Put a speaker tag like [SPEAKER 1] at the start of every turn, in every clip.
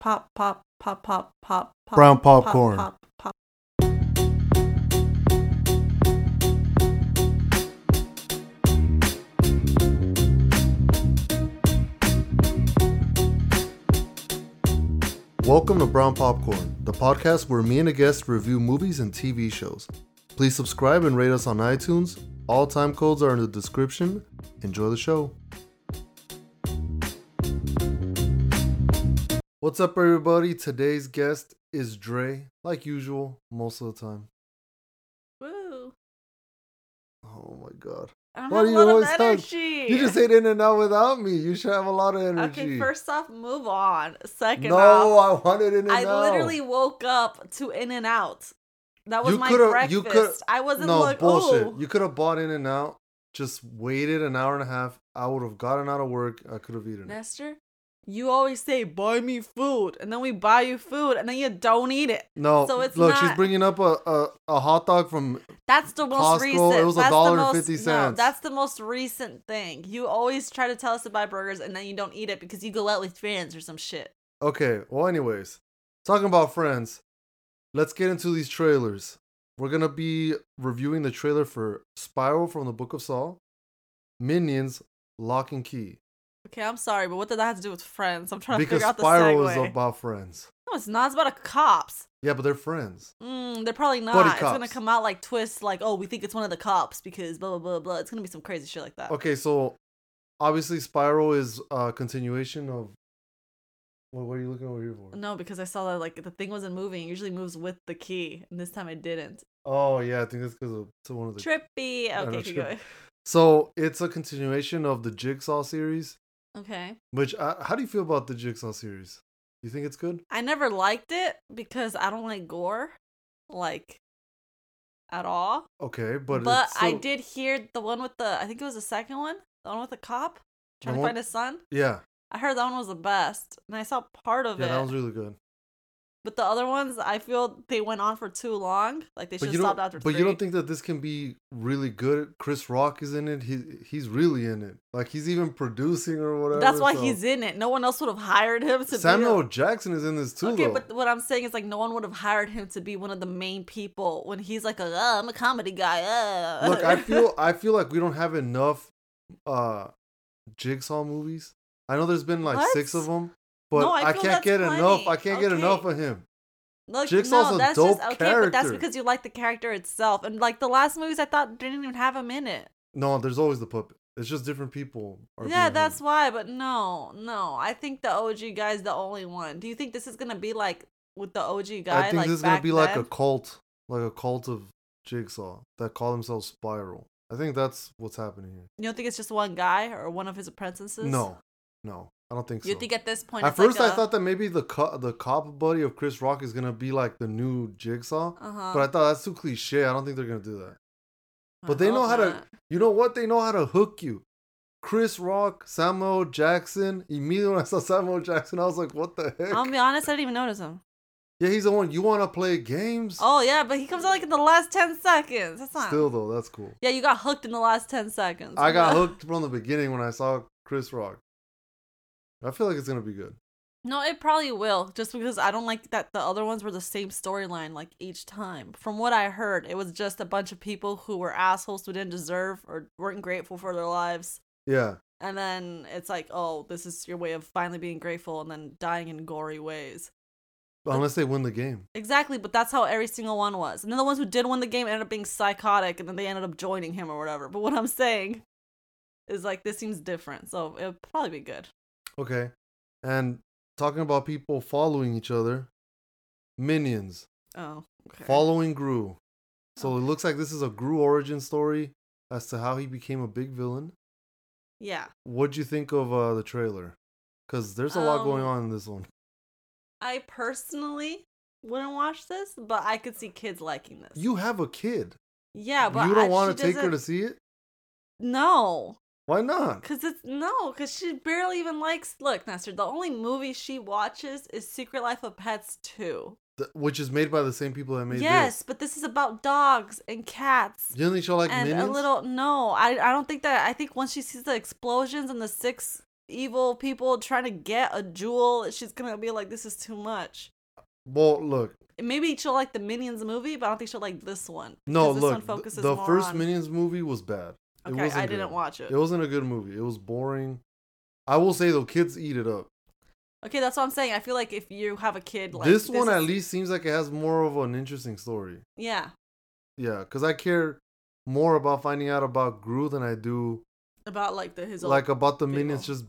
[SPEAKER 1] pop, pop, pop, pop, pop, pop.
[SPEAKER 2] Brown
[SPEAKER 1] pop,
[SPEAKER 2] popcorn.
[SPEAKER 1] Pop, pop.
[SPEAKER 2] Welcome to Brown Popcorn, the podcast where me and a guest review movies and TV shows. Please subscribe and rate us on iTunes. All time codes are in the description. Enjoy the show. What's up, everybody? Today's guest is Dre, like usual, most of the time.
[SPEAKER 1] Woo.
[SPEAKER 2] Oh my god.
[SPEAKER 1] I don't
[SPEAKER 2] Why
[SPEAKER 1] have
[SPEAKER 2] do
[SPEAKER 1] a
[SPEAKER 2] you
[SPEAKER 1] lot
[SPEAKER 2] always
[SPEAKER 1] of
[SPEAKER 2] have-
[SPEAKER 1] energy.
[SPEAKER 2] You just ate in and out without me. You should have a lot of energy.
[SPEAKER 1] Okay, first off, move on. Second
[SPEAKER 2] no,
[SPEAKER 1] off,
[SPEAKER 2] I wanted in and
[SPEAKER 1] I
[SPEAKER 2] out.
[SPEAKER 1] literally woke up to In and Out. That was
[SPEAKER 2] You
[SPEAKER 1] my
[SPEAKER 2] coulda- you
[SPEAKER 1] breakfast.
[SPEAKER 2] coulda-
[SPEAKER 1] I wasn't
[SPEAKER 2] no
[SPEAKER 1] like,
[SPEAKER 2] bullshit.
[SPEAKER 1] oh.
[SPEAKER 2] You could have bought in and out, just waited an hour and a half. I would have gotten out of work. I could have eaten it.
[SPEAKER 1] Nestor, you always say, buy me food. And then we buy you food and then you don't eat it.
[SPEAKER 2] No,
[SPEAKER 1] So it's
[SPEAKER 2] look, she's
[SPEAKER 1] not-
[SPEAKER 2] bringing up a, a, a hot dog from.
[SPEAKER 1] That's the most
[SPEAKER 2] Costco,
[SPEAKER 1] recent.
[SPEAKER 2] it was a
[SPEAKER 1] that's the
[SPEAKER 2] dollar and
[SPEAKER 1] most-
[SPEAKER 2] fifty
[SPEAKER 1] No,
[SPEAKER 2] cents.
[SPEAKER 1] that's the most recent thing. You always try to tell us to buy burgers and then you don't eat it because you go out with friends or some shit.
[SPEAKER 2] Okay, well, anyways, talking about friends, let's get into these trailers. We're gonna be reviewing the trailer for Spiral from the Book of Saul, Minions, Lock and Key,
[SPEAKER 1] Okay, I'm sorry, but what did that have to do with friends? I'm trying to
[SPEAKER 2] because
[SPEAKER 1] figure out the
[SPEAKER 2] Spiral
[SPEAKER 1] segue.
[SPEAKER 2] is about friends.
[SPEAKER 1] no, it's not. It's about a cops.
[SPEAKER 2] Yeah, but they're friends.
[SPEAKER 1] Mm, they're probably not.
[SPEAKER 2] Buddy
[SPEAKER 1] It's gonna
[SPEAKER 2] cops.
[SPEAKER 1] come out like twists, like oh, we think it's one of the cops because blah blah blah blah. It's gonna be some crazy shit like that.
[SPEAKER 2] Okay, so obviously Spiral is a continuation of. What, what are you looking over here for?
[SPEAKER 1] No, because I saw that like the thing wasn't moving. It usually moves with the key, and this time it didn't.
[SPEAKER 2] Oh yeah, I think that's because of to one of the.
[SPEAKER 1] Trippy.
[SPEAKER 2] I know,
[SPEAKER 1] Okay, keep going.
[SPEAKER 2] So it's a continuation of the Jigsaw series.
[SPEAKER 1] Okay.
[SPEAKER 2] Which uh, how do you feel about the Jigsaw series? You think it's good?
[SPEAKER 1] I never liked it because I don't like gore, like at all.
[SPEAKER 2] Okay, but
[SPEAKER 1] But,
[SPEAKER 2] it's
[SPEAKER 1] I
[SPEAKER 2] still-
[SPEAKER 1] did hear the one with the I think it was the second one, the one with the cop trying to
[SPEAKER 2] one-
[SPEAKER 1] find his son.
[SPEAKER 2] Yeah,
[SPEAKER 1] I heard that one was the best, and I saw part of
[SPEAKER 2] yeah,
[SPEAKER 1] it.
[SPEAKER 2] that was really good.
[SPEAKER 1] But the other ones, I feel they went on for too long. Like they should
[SPEAKER 2] But
[SPEAKER 1] have
[SPEAKER 2] you don't.
[SPEAKER 1] stopped after
[SPEAKER 2] But
[SPEAKER 1] three.
[SPEAKER 2] you don't think that this can be really good? Chris Rock is in it. He he's really in it. Like he's even producing or whatever.
[SPEAKER 1] That's why
[SPEAKER 2] so-
[SPEAKER 1] he's in it. No one else would have hired him to
[SPEAKER 2] Samuel
[SPEAKER 1] be.
[SPEAKER 2] Jackson is in this too.
[SPEAKER 1] okay,
[SPEAKER 2] though.
[SPEAKER 1] but what I'm saying is like no one would have hired him to be one of the main people when he's like, a, uh, I'm a comedy guy. Uh.
[SPEAKER 2] Look, I feel I feel like we don't have enough uh jigsaw movies. I know there's been like six
[SPEAKER 1] What?
[SPEAKER 2] of them, but
[SPEAKER 1] No, I
[SPEAKER 2] I,
[SPEAKER 1] feel
[SPEAKER 2] can't
[SPEAKER 1] that's
[SPEAKER 2] get enough.
[SPEAKER 1] plenty.
[SPEAKER 2] I can't get
[SPEAKER 1] Okay.
[SPEAKER 2] enough of him.
[SPEAKER 1] Look,
[SPEAKER 2] Jigsaw's
[SPEAKER 1] no,
[SPEAKER 2] a
[SPEAKER 1] that's
[SPEAKER 2] dope
[SPEAKER 1] just okay, but that's
[SPEAKER 2] character.
[SPEAKER 1] because you like the character itself. And like the last movies I thought didn't even have him in it.
[SPEAKER 2] No, there's always the puppet. It's just different people. are being
[SPEAKER 1] yeah,
[SPEAKER 2] him.
[SPEAKER 1] that's why, but no, no. I think the OG guy's the only one. Do you think this is gonna be like with the OG guy?
[SPEAKER 2] I think
[SPEAKER 1] like,
[SPEAKER 2] this is gonna
[SPEAKER 1] back
[SPEAKER 2] be like
[SPEAKER 1] then?
[SPEAKER 2] a cult, like a cult of jigsaw that call themselves Spiral. I think that's what's happening here.
[SPEAKER 1] You don't think it's just one guy or one of his apprentices?
[SPEAKER 2] No, no, I don't think
[SPEAKER 1] You
[SPEAKER 2] so.
[SPEAKER 1] think at this point?
[SPEAKER 2] At
[SPEAKER 1] it's like
[SPEAKER 2] first, I
[SPEAKER 1] a-
[SPEAKER 2] thought that maybe the co- the cop buddy of Chris Rock is gonna be like the new Jigsaw,
[SPEAKER 1] Uh-huh.
[SPEAKER 2] but I thought that's too cliche. I don't think they're gonna do that. but
[SPEAKER 1] I
[SPEAKER 2] they know
[SPEAKER 1] hope
[SPEAKER 2] how to-
[SPEAKER 1] not.
[SPEAKER 2] You know what? They know how to hook you. Chris Rock, Samuel Jackson. Immediately when I saw Samuel Jackson, I was like, "What the heck?"
[SPEAKER 1] I'll be honest. I didn't even notice him.
[SPEAKER 2] yeah, he's the one. You want to play games?
[SPEAKER 1] Oh yeah, but he comes out like in the last ten seconds. That's not.
[SPEAKER 2] Still though, that's cool.
[SPEAKER 1] Yeah, you got hooked in the last ten seconds.
[SPEAKER 2] I got hooked from the beginning when I saw Chris Rock. I feel like it's gonna be good.
[SPEAKER 1] No, it probably will, just because I don't like that the other ones were the same storyline like each time. From what I heard, it was just a bunch of people who were assholes who didn't deserve or weren't grateful for their lives.
[SPEAKER 2] Yeah,
[SPEAKER 1] And then it's like, oh, this is your way of finally being grateful and then dying in gory ways.
[SPEAKER 2] unless they win the game.
[SPEAKER 1] Exactly, but that's how every single one was. And then the ones who did win the game ended up being psychotic, and then they ended up joining him or whatever. But what I'm saying is like this seems different, so it'll probably be good.
[SPEAKER 2] Okay. And talking about people following each other, minions
[SPEAKER 1] Oh, okay.
[SPEAKER 2] following Gru. So it looks like this is a Gru origin story as to how he became a big villain.
[SPEAKER 1] yeah,
[SPEAKER 2] What'd you think of uh, the trailer? Because there's a lot going
[SPEAKER 1] Um,
[SPEAKER 2] on in this one.
[SPEAKER 1] I personally wouldn't watch this, but I could see kids liking this.
[SPEAKER 2] You have a kid.
[SPEAKER 1] yeah, but
[SPEAKER 2] you don't
[SPEAKER 1] I-
[SPEAKER 2] want
[SPEAKER 1] she
[SPEAKER 2] to take her to
[SPEAKER 1] doesn't-
[SPEAKER 2] see it?
[SPEAKER 1] no,
[SPEAKER 2] Why not?
[SPEAKER 1] Cause it's no, cause she barely even likes. Look, Nestor, the only movie she watches is Secret Life of Pets two.
[SPEAKER 2] Th- Which is made by the same people that made
[SPEAKER 1] Yes,
[SPEAKER 2] this.
[SPEAKER 1] but this is about dogs and cats.
[SPEAKER 2] You don't think she'll like
[SPEAKER 1] and
[SPEAKER 2] minions?
[SPEAKER 1] a little no, I I don't think that. I think once she sees the explosions and the six evil people trying to get a jewel. She's gonna be like, this is too much.
[SPEAKER 2] Well, look,
[SPEAKER 1] Maybe she'll like the Minions movie, but I don't think she'll like this one.
[SPEAKER 2] no,
[SPEAKER 1] 'Cause this one
[SPEAKER 2] look. th-
[SPEAKER 1] focuses
[SPEAKER 2] the
[SPEAKER 1] more
[SPEAKER 2] first
[SPEAKER 1] on-
[SPEAKER 2] Minions movie was bad. It
[SPEAKER 1] Okay,
[SPEAKER 2] wasn't
[SPEAKER 1] I didn't
[SPEAKER 2] good.
[SPEAKER 1] watch it.
[SPEAKER 2] It wasn't a good movie. It was boring. I will say though, kids eat it up.
[SPEAKER 1] Okay, that's what I'm saying. I feel like if you have a kid, like
[SPEAKER 2] this one at
[SPEAKER 1] is-
[SPEAKER 2] least seems like it has more of an interesting story.
[SPEAKER 1] yeah,
[SPEAKER 2] Yeah, because I care more about finding out about Gru than I do
[SPEAKER 1] about like the his old
[SPEAKER 2] like about the
[SPEAKER 1] people.
[SPEAKER 2] minions just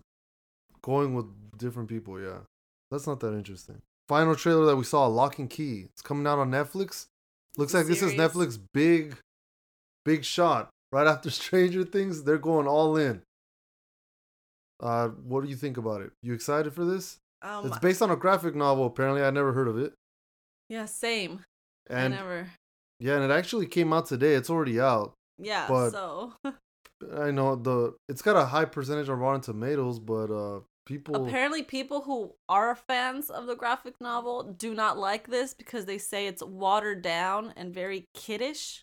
[SPEAKER 2] going with different people. Yeah, that's not that interesting. Final trailer that we saw, Lock and Key. It's coming out on Netflix. Looks
[SPEAKER 1] The
[SPEAKER 2] like this is
[SPEAKER 1] series.
[SPEAKER 2] Netflix big, big shot. Right after Stranger Things, they're going all in. Uh, what do you think about it? You excited for this?
[SPEAKER 1] um
[SPEAKER 2] it's based on a graphic novel. Apparently, I never heard of it.
[SPEAKER 1] yeah same.
[SPEAKER 2] And
[SPEAKER 1] I never
[SPEAKER 2] yeah, and it actually came out today. It's already out.
[SPEAKER 1] yeah
[SPEAKER 2] but-
[SPEAKER 1] so
[SPEAKER 2] I know the it's got a high percentage on Rotten Tomatoes, but uh, people
[SPEAKER 1] apparently people who are fans of the graphic novel do not like this because they say it's watered down and very kiddish.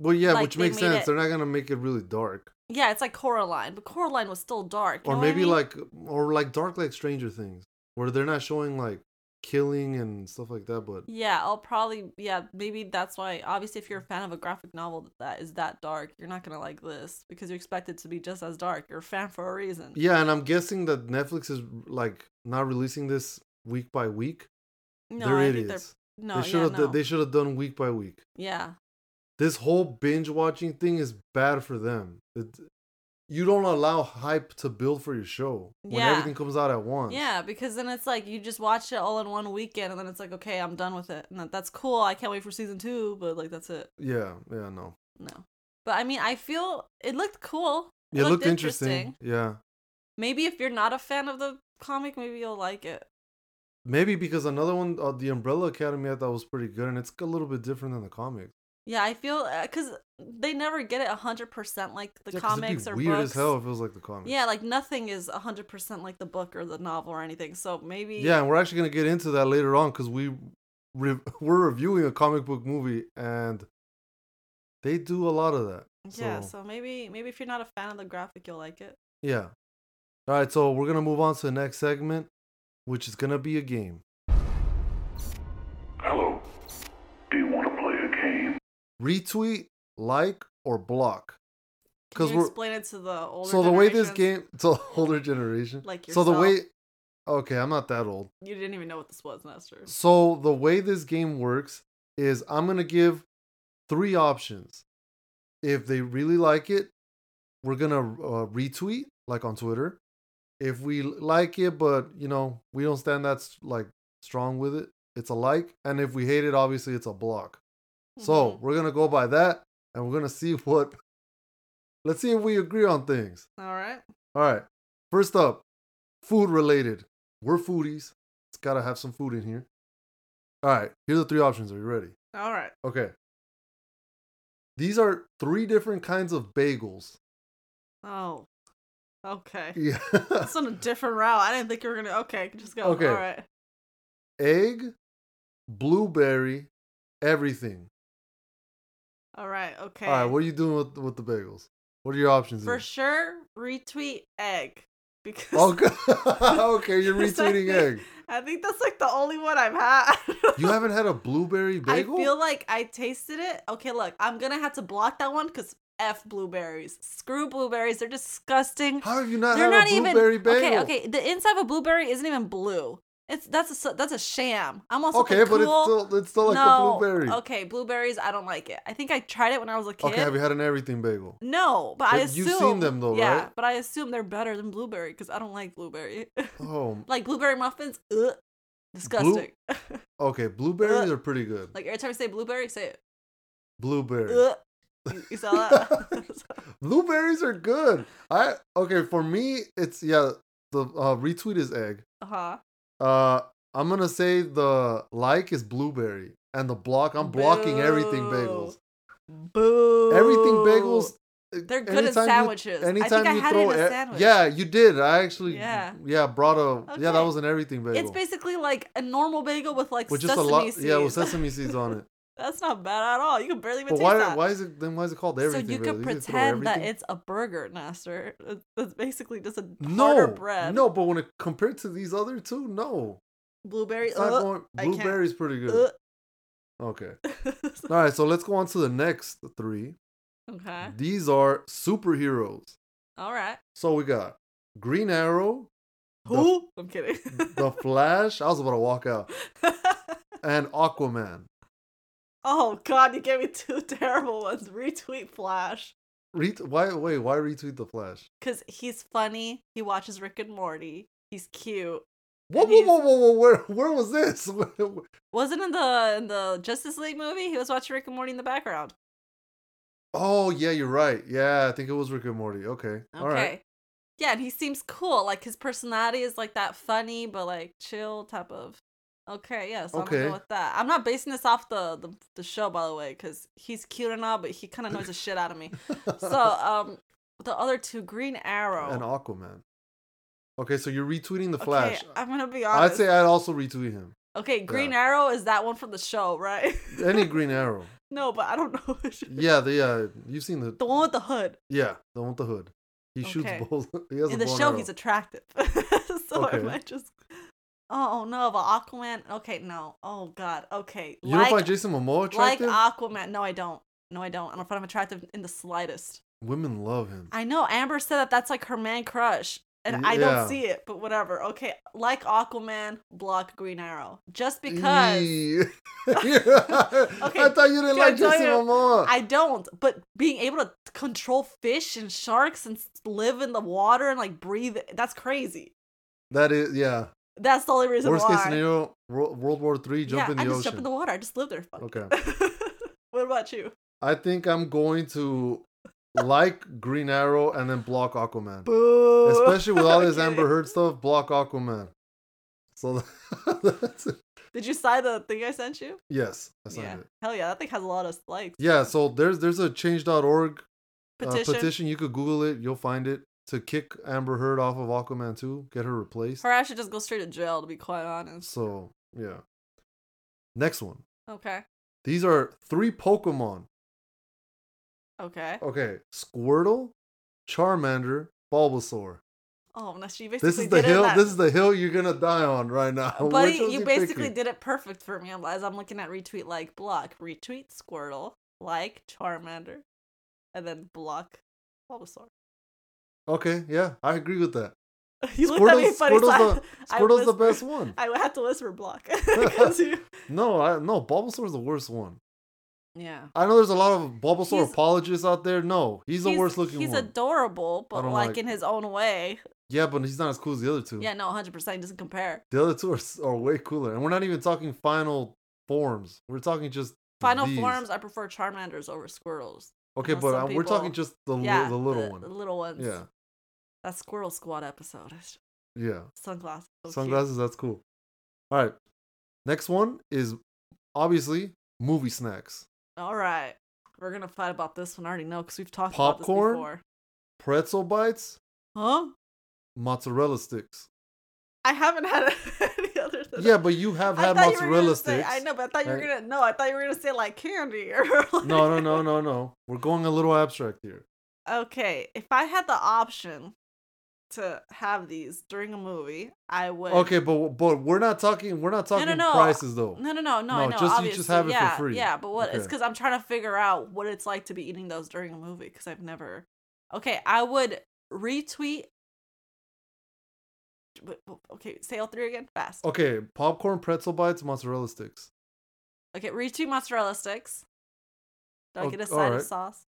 [SPEAKER 2] Well, yeah,
[SPEAKER 1] Like,
[SPEAKER 2] which
[SPEAKER 1] they
[SPEAKER 2] makes
[SPEAKER 1] made
[SPEAKER 2] sense.
[SPEAKER 1] it-
[SPEAKER 2] They're not gonna make it really dark,
[SPEAKER 1] Yeah, it's like Coraline, but Coraline was still dark. you
[SPEAKER 2] or
[SPEAKER 1] know what I
[SPEAKER 2] maybe
[SPEAKER 1] mean?
[SPEAKER 2] like, or like dark like Stranger Things, where they're not showing like killing and stuff like that. But
[SPEAKER 1] Yeah, I'll probably yeah, maybe that's why obviously if you're a fan of a graphic novel that is that dark, you're not gonna like this because you expect it to be just as dark. You're a fan for a reason.
[SPEAKER 2] yeah, and I'm guessing that Netflix is like not releasing this week by week.
[SPEAKER 1] No,
[SPEAKER 2] they're
[SPEAKER 1] I think
[SPEAKER 2] idiots.
[SPEAKER 1] they're no,
[SPEAKER 2] they
[SPEAKER 1] yeah,
[SPEAKER 2] should have
[SPEAKER 1] no.
[SPEAKER 2] they should have done week by week.
[SPEAKER 1] yeah.
[SPEAKER 2] This whole binge watching thing is bad for them. It, you don't allow hype to build for your show when
[SPEAKER 1] Yeah.
[SPEAKER 2] everything comes out at once.
[SPEAKER 1] Yeah, because then it's like you just watch it all in one weekend and then it's like, okay, I'm done with it. And that- that's cool. I can't wait for season two, but like that's it.
[SPEAKER 2] yeah, yeah, no.
[SPEAKER 1] No. But I mean I feel it looked cool.
[SPEAKER 2] It, looked, interesting. Yeah.
[SPEAKER 1] Maybe if you're not a fan of the comic, maybe you'll like it.
[SPEAKER 2] Maybe because another one, uh, the Umbrella Academy, I thought was pretty good, and it's a little bit different than the comics.
[SPEAKER 1] Yeah, I feel because they never get it hundred percent like the
[SPEAKER 2] Yeah, 'cause
[SPEAKER 1] comics or
[SPEAKER 2] weird
[SPEAKER 1] books.
[SPEAKER 2] as hell if it was like the comics.
[SPEAKER 1] Yeah, like nothing is hundred percent like the book or the novel or anything. So maybe
[SPEAKER 2] yeah, and we're actually gonna get into that later on because we re- we're reviewing a comic book movie, and they do a lot of that.
[SPEAKER 1] yeah.
[SPEAKER 2] so-
[SPEAKER 1] So maybe maybe if you're not a fan of the graphic, you'll like it.
[SPEAKER 2] Yeah. All right, so we're gonna move on to the next segment, which is gonna be a game.
[SPEAKER 3] Hello. Do you want to play a game?
[SPEAKER 2] Retweet, like, or block.
[SPEAKER 1] Can
[SPEAKER 2] 'Cause
[SPEAKER 1] you
[SPEAKER 2] we're-
[SPEAKER 1] explain it to the older?
[SPEAKER 2] so the way this
[SPEAKER 1] generations?
[SPEAKER 2] game, so older generation.
[SPEAKER 1] Like
[SPEAKER 2] So the
[SPEAKER 1] yourself.
[SPEAKER 2] way, okay, I'm not that old.
[SPEAKER 1] you didn't even know what this was, Nestor.
[SPEAKER 2] So the way this game works is I'm gonna give three options. If they really like it, we're gonna uh, retweet like on Twitter. If we l- like it, but you know we don't stand that s- like strong with it, it's a like. And if we hate it, obviously it's a block. So
[SPEAKER 1] Mhm.
[SPEAKER 2] we're gonna go by that, and we're gonna see what. Let's see if we agree on things.
[SPEAKER 1] all right,
[SPEAKER 2] All right. First up, food related. We're foodies. It's got to have some food in here. All right. Here are the three options. Are you ready?
[SPEAKER 1] all right.
[SPEAKER 2] Okay. These are three different kinds of bagels.
[SPEAKER 1] Oh, okay.
[SPEAKER 2] Yeah.
[SPEAKER 1] That's on a different route. I didn't think you were gonna. Okay, just go.
[SPEAKER 2] Okay.
[SPEAKER 1] All right.
[SPEAKER 2] Egg, blueberry, everything.
[SPEAKER 1] All right. Okay.
[SPEAKER 2] All right. What are you doing with, with the bagels? What are your options?
[SPEAKER 1] For
[SPEAKER 2] here?
[SPEAKER 1] sure, retweet egg because
[SPEAKER 2] Okay. Oh, okay. You're
[SPEAKER 1] Because I
[SPEAKER 2] retweeting
[SPEAKER 1] think-
[SPEAKER 2] egg.
[SPEAKER 1] I think that's like the only one I've had.
[SPEAKER 2] You haven't had a blueberry
[SPEAKER 1] I
[SPEAKER 2] bagel?
[SPEAKER 1] feel like I tasted it. Okay, look, I'm gonna have to block that one because f blueberries. Screw blueberries. They're disgusting.
[SPEAKER 2] How have you not
[SPEAKER 1] They're
[SPEAKER 2] had
[SPEAKER 1] not
[SPEAKER 2] a
[SPEAKER 1] even
[SPEAKER 2] blueberry bagel?
[SPEAKER 1] okay. Okay, the inside of a blueberry isn't even blue. It's that's a s- that's a sham. I'm also
[SPEAKER 2] Okay, but it's
[SPEAKER 1] cool.
[SPEAKER 2] still it's still like
[SPEAKER 1] no.
[SPEAKER 2] a blueberry.
[SPEAKER 1] Okay, blueberries. I don't like it. I think I tried it when I was a kid.
[SPEAKER 2] Okay, have you had an everything bagel?
[SPEAKER 1] no, but, I
[SPEAKER 2] But you've
[SPEAKER 1] assume
[SPEAKER 2] seen them though,
[SPEAKER 1] yeah,
[SPEAKER 2] right?
[SPEAKER 1] But I assume they're better than blueberry because I don't like blueberry.
[SPEAKER 2] Oh,
[SPEAKER 1] like blueberry muffins, ugh, disgusting.
[SPEAKER 2] okay. Blueberries
[SPEAKER 1] Ugh.
[SPEAKER 2] are pretty good.
[SPEAKER 1] Uh, Like uh. every time I say blueberry, say it.
[SPEAKER 2] Blueberry.
[SPEAKER 1] Ugh. You, you saw that?
[SPEAKER 2] Blueberries are good. I okay for me. It's yeah. The uh, retweet is egg.
[SPEAKER 1] uh huh.
[SPEAKER 2] Uh, I'm gonna say the like is blueberry, and the block. I'm blocking everything bagels.
[SPEAKER 1] Boo.
[SPEAKER 2] Everything bagels. eh,
[SPEAKER 1] They're good as
[SPEAKER 2] anytime you-
[SPEAKER 1] sandwiches. I
[SPEAKER 2] anytime
[SPEAKER 1] think I
[SPEAKER 2] you
[SPEAKER 1] had it
[SPEAKER 2] throw
[SPEAKER 1] in a
[SPEAKER 2] e-
[SPEAKER 1] sandwich.
[SPEAKER 2] Yeah, you did. I actually. Yeah.
[SPEAKER 1] Yeah.
[SPEAKER 2] Yeah, brought a. Yeah, that
[SPEAKER 1] Okay.
[SPEAKER 2] was an everything bagel.
[SPEAKER 1] It's basically like a normal bagel with like
[SPEAKER 2] with just
[SPEAKER 1] sesame
[SPEAKER 2] a lot.
[SPEAKER 1] seeds.
[SPEAKER 2] Yeah, with sesame seeds on it.
[SPEAKER 1] That's not bad at all. You can barely even
[SPEAKER 2] But
[SPEAKER 1] taste
[SPEAKER 2] why?
[SPEAKER 1] that.
[SPEAKER 2] Why is it then? Why is it called everything?
[SPEAKER 1] so you
[SPEAKER 2] really?
[SPEAKER 1] could
[SPEAKER 2] just throw
[SPEAKER 1] pretend that
[SPEAKER 2] everything-
[SPEAKER 1] it's a burger, Master. It's- It's basically just a harder
[SPEAKER 2] no
[SPEAKER 1] bread.
[SPEAKER 2] no. But when it compared to these other two, no.
[SPEAKER 1] blueberry.
[SPEAKER 2] It's not
[SPEAKER 1] uh,
[SPEAKER 2] going-
[SPEAKER 1] I can't-
[SPEAKER 2] blueberry's pretty good.
[SPEAKER 1] uh.
[SPEAKER 2] Okay. All right. So let's go on to the next three.
[SPEAKER 1] okay.
[SPEAKER 2] These are superheroes.
[SPEAKER 1] All right.
[SPEAKER 2] So we got Green Arrow, The-
[SPEAKER 1] Who? I'm kidding.
[SPEAKER 2] The Flash. I was about to walk out. And Aquaman.
[SPEAKER 1] oh God, you gave me two terrible ones. Retweet Flash.
[SPEAKER 2] Ret- why? Wait. Why retweet the Flash?
[SPEAKER 1] Cause he's funny. He watches Rick and Morty. He's cute.
[SPEAKER 2] Whoa,
[SPEAKER 1] And
[SPEAKER 2] whoa,
[SPEAKER 1] he's-
[SPEAKER 2] whoa, whoa, whoa! Where, where was this? Where-
[SPEAKER 1] Wasn't in the in the Justice League movie. He was watching Rick and Morty in the background.
[SPEAKER 2] oh, yeah, you're right. Yeah, I think it was Rick and Morty. Okay,
[SPEAKER 1] Okay.
[SPEAKER 2] all right.
[SPEAKER 1] Yeah, and he seems cool. Like his personality is like that funny but like chill type of. Okay, yeah, so I'm
[SPEAKER 2] Okay.
[SPEAKER 1] gonna go with that. I'm not basing this off the the, the show by the way, because he's cute and all, but he kind of knows the shit out of me. So um, the other two, Green Arrow.
[SPEAKER 2] and Aquaman. Okay, so you're retweeting the
[SPEAKER 1] Okay,
[SPEAKER 2] Flash.
[SPEAKER 1] I'm gonna be
[SPEAKER 2] I'd
[SPEAKER 1] honest.
[SPEAKER 2] say I'd also retweet him.
[SPEAKER 1] okay, Green Arrow is that one from the show, right?
[SPEAKER 2] Any Green Arrow.
[SPEAKER 1] no, but I don't know. which-
[SPEAKER 2] Yeah, the yeah, you've seen the
[SPEAKER 1] The one with the hood.
[SPEAKER 2] yeah, the one with the hood. He shoots
[SPEAKER 1] Okay.
[SPEAKER 2] both. He has
[SPEAKER 1] in
[SPEAKER 2] a
[SPEAKER 1] the
[SPEAKER 2] bow and
[SPEAKER 1] show
[SPEAKER 2] arrow.
[SPEAKER 1] he's attractive so
[SPEAKER 2] Okay.
[SPEAKER 1] i might just oh no but aquaman okay no oh god okay
[SPEAKER 2] You don't find Jason Momoa
[SPEAKER 1] like
[SPEAKER 2] attractive?
[SPEAKER 1] aquaman no i don't no i don't i don't find him attractive in the slightest
[SPEAKER 2] Women love him.
[SPEAKER 1] i know amber said that that's like her man crush and i
[SPEAKER 2] Yeah.
[SPEAKER 1] don't see it but whatever okay like aquaman block green arrow just because
[SPEAKER 2] Eee. I thought you
[SPEAKER 1] can
[SPEAKER 2] didn't
[SPEAKER 1] I
[SPEAKER 2] like
[SPEAKER 1] tell
[SPEAKER 2] Jason
[SPEAKER 1] you,
[SPEAKER 2] Momoa.
[SPEAKER 1] I don't, but being able to control fish and sharks and s- live in the water and like breathe, that's crazy.
[SPEAKER 2] that is yeah.
[SPEAKER 1] That's the only reason
[SPEAKER 2] Worst
[SPEAKER 1] why.
[SPEAKER 2] case scenario, Wor- World War Three. Jump
[SPEAKER 1] yeah,
[SPEAKER 2] in the
[SPEAKER 1] I just
[SPEAKER 2] ocean.
[SPEAKER 1] jump in the water. I just live there. Fuck.
[SPEAKER 2] okay.
[SPEAKER 1] what about you?
[SPEAKER 2] I think I'm going to like Green Arrow and then block Aquaman.
[SPEAKER 1] Boo.
[SPEAKER 2] Especially with all this
[SPEAKER 1] Okay.
[SPEAKER 2] Amber Heard stuff, block Aquaman. So that's it.
[SPEAKER 1] Did you sign the thing I sent you?
[SPEAKER 2] Yes, I signed
[SPEAKER 1] yeah.
[SPEAKER 2] it.
[SPEAKER 1] Hell yeah, that thing has a lot of likes.
[SPEAKER 2] Yeah, so there's there's a change.org
[SPEAKER 1] Petition.
[SPEAKER 2] Uh, petition. You could Google it, you'll find it to kick Amber Heard off of Aquaman 2, get her replaced.
[SPEAKER 1] Her ass should just go straight to jail, to be quite honest.
[SPEAKER 2] So, yeah. Next one.
[SPEAKER 1] Okay.
[SPEAKER 2] These are three Pokemon.
[SPEAKER 1] Okay.
[SPEAKER 2] Okay, Squirtle, Charmander, Bulbasaur.
[SPEAKER 1] Oh, no, she basically
[SPEAKER 2] This is the
[SPEAKER 1] did it
[SPEAKER 2] hill.
[SPEAKER 1] that-
[SPEAKER 2] This is the hill you're gonna die on right now.
[SPEAKER 1] Buddy,
[SPEAKER 2] Which one's
[SPEAKER 1] you
[SPEAKER 2] he
[SPEAKER 1] basically
[SPEAKER 2] picking?
[SPEAKER 1] did it perfect for me. I'm- As I'm looking at retweet, like block, retweet Squirtle, like Charmander, and then block Bulbasaur.
[SPEAKER 2] Okay, yeah, I agree with that.
[SPEAKER 1] you looked at me
[SPEAKER 2] Squirtle's-
[SPEAKER 1] funny. so
[SPEAKER 2] Squirtle's
[SPEAKER 1] I- I
[SPEAKER 2] Squirtle's the
[SPEAKER 1] whispered-
[SPEAKER 2] best one.
[SPEAKER 1] I had to whisper block 'Cause you-
[SPEAKER 2] No, I, no, Bulbasaur's the worst one.
[SPEAKER 1] yeah.
[SPEAKER 2] I know there's a lot of Bulbasaur
[SPEAKER 1] He's-
[SPEAKER 2] apologists out there. No, he's, the worst looking
[SPEAKER 1] He's
[SPEAKER 2] one.
[SPEAKER 1] adorable, but
[SPEAKER 2] don't
[SPEAKER 1] like,
[SPEAKER 2] like-
[SPEAKER 1] in his own way.
[SPEAKER 2] yeah, but he's not as cool as the other two.
[SPEAKER 1] Yeah, no, 100 percent he doesn't compare.
[SPEAKER 2] The other two are, s- are way cooler, and we're not even talking final forms. We're talking just
[SPEAKER 1] Final
[SPEAKER 2] these.
[SPEAKER 1] forms, I prefer Charmanders over Squirrels.
[SPEAKER 2] Okay,
[SPEAKER 1] know
[SPEAKER 2] but
[SPEAKER 1] some
[SPEAKER 2] uh, we're talking
[SPEAKER 1] people-
[SPEAKER 2] just the li-
[SPEAKER 1] yeah,
[SPEAKER 2] the little
[SPEAKER 1] the,
[SPEAKER 2] one.
[SPEAKER 1] the little ones.
[SPEAKER 2] yeah,
[SPEAKER 1] that Squirrel Squad episode. It's-
[SPEAKER 2] yeah.
[SPEAKER 1] Sunglasses. so cute.
[SPEAKER 2] Sunglasses, that's cool. All right, next one is obviously movie snacks:
[SPEAKER 1] All right, we're gonna fight about this one. I already know because we've talked
[SPEAKER 2] Popcorn?
[SPEAKER 1] about this before.
[SPEAKER 2] pretzel bites,
[SPEAKER 1] Huh?
[SPEAKER 2] mozzarella sticks.
[SPEAKER 1] I haven't had any other. Than
[SPEAKER 2] Yeah, but you have
[SPEAKER 1] I
[SPEAKER 2] had
[SPEAKER 1] thought you were
[SPEAKER 2] mozzarella
[SPEAKER 1] gonna say-
[SPEAKER 2] sticks.
[SPEAKER 1] I know, but I thought you were
[SPEAKER 2] right?
[SPEAKER 1] gonna. No, I thought you were gonna say like candy or. Like,
[SPEAKER 2] No, no, no, no, no. We're going a little abstract here.
[SPEAKER 1] Okay, if I had the option to have these during a movie, I would.
[SPEAKER 2] Okay, but but we're not talking we're not talking
[SPEAKER 1] no.
[SPEAKER 2] prices though.
[SPEAKER 1] No, no, no, no. I
[SPEAKER 2] No,
[SPEAKER 1] know.
[SPEAKER 2] just- you just
[SPEAKER 1] obviously.
[SPEAKER 2] have it for
[SPEAKER 1] yeah,
[SPEAKER 2] free.
[SPEAKER 1] Yeah, but what? It's
[SPEAKER 2] Okay.
[SPEAKER 1] because I'm trying to figure out what it's like to be eating those during a movie because I've never. Okay, I would retweet. Wait, w- Okay, say all three again fast.
[SPEAKER 2] Okay, popcorn, pretzel bites, mozzarella sticks.
[SPEAKER 1] Okay, retweet mozzarella sticks. Do I
[SPEAKER 2] Oh,
[SPEAKER 1] get a
[SPEAKER 2] all
[SPEAKER 1] side of
[SPEAKER 2] right.
[SPEAKER 1] sauce?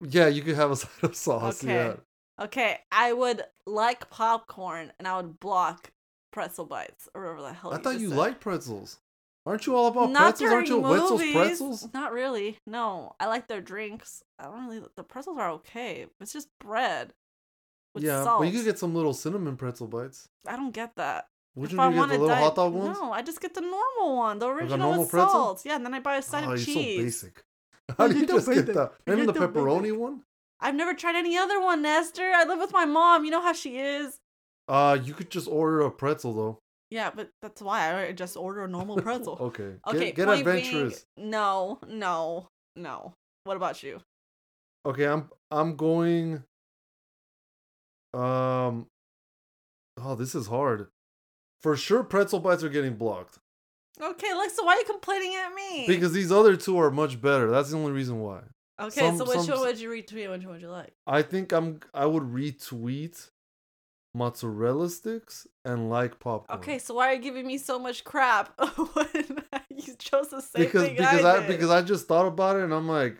[SPEAKER 2] Yeah, you could have a side of sauce.
[SPEAKER 1] Okay.
[SPEAKER 2] Yeah.
[SPEAKER 1] Okay, I would like popcorn and I would block pretzel bites or whatever the hell.
[SPEAKER 2] I thought
[SPEAKER 1] just
[SPEAKER 2] you
[SPEAKER 1] said.
[SPEAKER 2] liked pretzels. Aren't you all about
[SPEAKER 1] Not
[SPEAKER 2] pretzels? Aren't you
[SPEAKER 1] during
[SPEAKER 2] a Wetzel's
[SPEAKER 1] movies.
[SPEAKER 2] pretzels?
[SPEAKER 1] Not really. No, I like their drinks. I don't really. The pretzels are okay. It's just bread with
[SPEAKER 2] yeah,
[SPEAKER 1] salt.
[SPEAKER 2] but you could get some little cinnamon pretzel bites.
[SPEAKER 1] I don't get that.
[SPEAKER 2] Would
[SPEAKER 1] If
[SPEAKER 2] you
[SPEAKER 1] I
[SPEAKER 2] get the
[SPEAKER 1] want a
[SPEAKER 2] little
[SPEAKER 1] diet-
[SPEAKER 2] hot dog ones?
[SPEAKER 1] No, I just get the normal one, the original
[SPEAKER 2] normal
[SPEAKER 1] with
[SPEAKER 2] pretzel?
[SPEAKER 1] salt. Yeah, and then I buy a side
[SPEAKER 2] oh,
[SPEAKER 1] of
[SPEAKER 2] you're so
[SPEAKER 1] cheese.
[SPEAKER 2] basic. How do
[SPEAKER 1] You're
[SPEAKER 2] you
[SPEAKER 1] so
[SPEAKER 2] just get
[SPEAKER 1] basic.
[SPEAKER 2] that? Remember
[SPEAKER 1] You're
[SPEAKER 2] the
[SPEAKER 1] so
[SPEAKER 2] pepperoni
[SPEAKER 1] basic.
[SPEAKER 2] one?
[SPEAKER 1] I've never tried any other one, Nestor. I live with my mom. You know how she is.
[SPEAKER 2] Uh, you could just order a pretzel though.
[SPEAKER 1] Yeah, but that's why I just order a normal pretzel.
[SPEAKER 2] Okay.
[SPEAKER 1] Okay,
[SPEAKER 2] Oh, Get, get
[SPEAKER 1] point being,
[SPEAKER 2] adventurous.
[SPEAKER 1] no, no, no. What about you?
[SPEAKER 2] Okay, I'm I'm going. Um. Oh, this is hard. For sure, pretzel bites are getting blocked
[SPEAKER 1] Okay, Lexa, why are you complaining at me?
[SPEAKER 2] because these other two are much better. That's the only reason why.
[SPEAKER 1] okay,
[SPEAKER 2] some-
[SPEAKER 1] so which
[SPEAKER 2] some-
[SPEAKER 1] one would you retweet? Which one would you like?
[SPEAKER 2] I think I'm. I would retweet mozzarella sticks and like popcorn.
[SPEAKER 1] Okay, so why are you giving me so much crap when you chose the same
[SPEAKER 2] because
[SPEAKER 1] thing
[SPEAKER 2] because
[SPEAKER 1] I,
[SPEAKER 2] I,
[SPEAKER 1] did?
[SPEAKER 2] because I just thought about it and I'm like,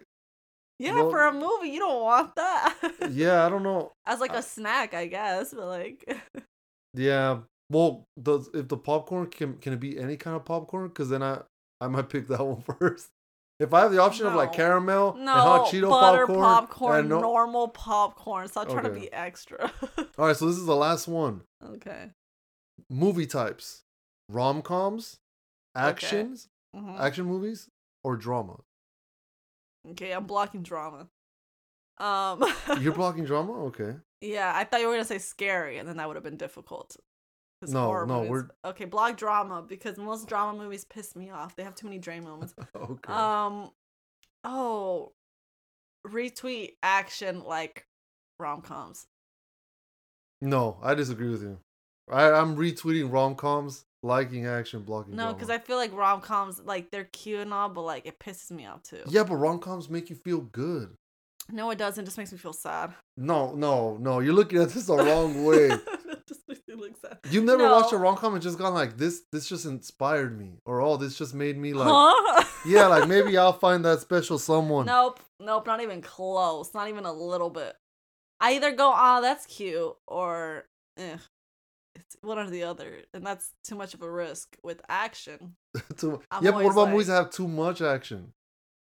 [SPEAKER 1] yeah,
[SPEAKER 2] well-
[SPEAKER 1] for a movie, you don't want that.
[SPEAKER 2] yeah, I don't know.
[SPEAKER 1] As like
[SPEAKER 2] I-
[SPEAKER 1] a snack, I guess, but like,
[SPEAKER 2] Yeah. Well, does if the popcorn can can it be any kind of popcorn? Because then I I might pick that one first. If I have the option of like
[SPEAKER 1] No.
[SPEAKER 2] caramel Oh, and
[SPEAKER 1] no
[SPEAKER 2] hot Cheeto
[SPEAKER 1] butter
[SPEAKER 2] popcorn, and no-
[SPEAKER 1] normal popcorn. Stop trying to
[SPEAKER 2] Okay.
[SPEAKER 1] be extra.
[SPEAKER 2] all right, so this is the last one.
[SPEAKER 1] okay.
[SPEAKER 2] Movie types: rom coms, actions,
[SPEAKER 1] Mhm.
[SPEAKER 2] action movies, or drama.
[SPEAKER 1] Okay, I'm blocking drama. Um,
[SPEAKER 2] You're blocking drama, okay?
[SPEAKER 1] yeah, I thought you were gonna say scary, and then that would have been difficult. 'Cause
[SPEAKER 2] No,
[SPEAKER 1] horror
[SPEAKER 2] no,
[SPEAKER 1] movies-
[SPEAKER 2] we're-
[SPEAKER 1] okay. Block drama because most drama movies piss me off. They have too many drain moments.
[SPEAKER 2] Okay.
[SPEAKER 1] Um, oh, retweet action like rom coms.
[SPEAKER 2] no, I disagree with you. I I'm retweeting rom coms, liking action, blocking.
[SPEAKER 1] No,
[SPEAKER 2] drama.
[SPEAKER 1] because I feel like rom coms like they're cute and all, but like it pisses me off too.
[SPEAKER 2] Yeah, but rom coms make you feel good.
[SPEAKER 1] No, it doesn't. It just makes me feel sad.
[SPEAKER 2] No, no, no. You're looking at this the wrong way.
[SPEAKER 1] It just makes me look sad.
[SPEAKER 2] You've never watched a
[SPEAKER 1] No.
[SPEAKER 2] rom com and just gone like this. This just inspired me, or oh, this just made me like,
[SPEAKER 1] huh?
[SPEAKER 2] yeah, like maybe I'll find that special someone.
[SPEAKER 1] Nope, nope, not even close. Not even a little bit. I either go, ah, that's cute, or eh, it's one or the other, and that's too much of a risk with action.
[SPEAKER 2] Too-
[SPEAKER 1] I'm
[SPEAKER 2] yeah, but what
[SPEAKER 1] always
[SPEAKER 2] about movies
[SPEAKER 1] like-
[SPEAKER 2] that have too much action,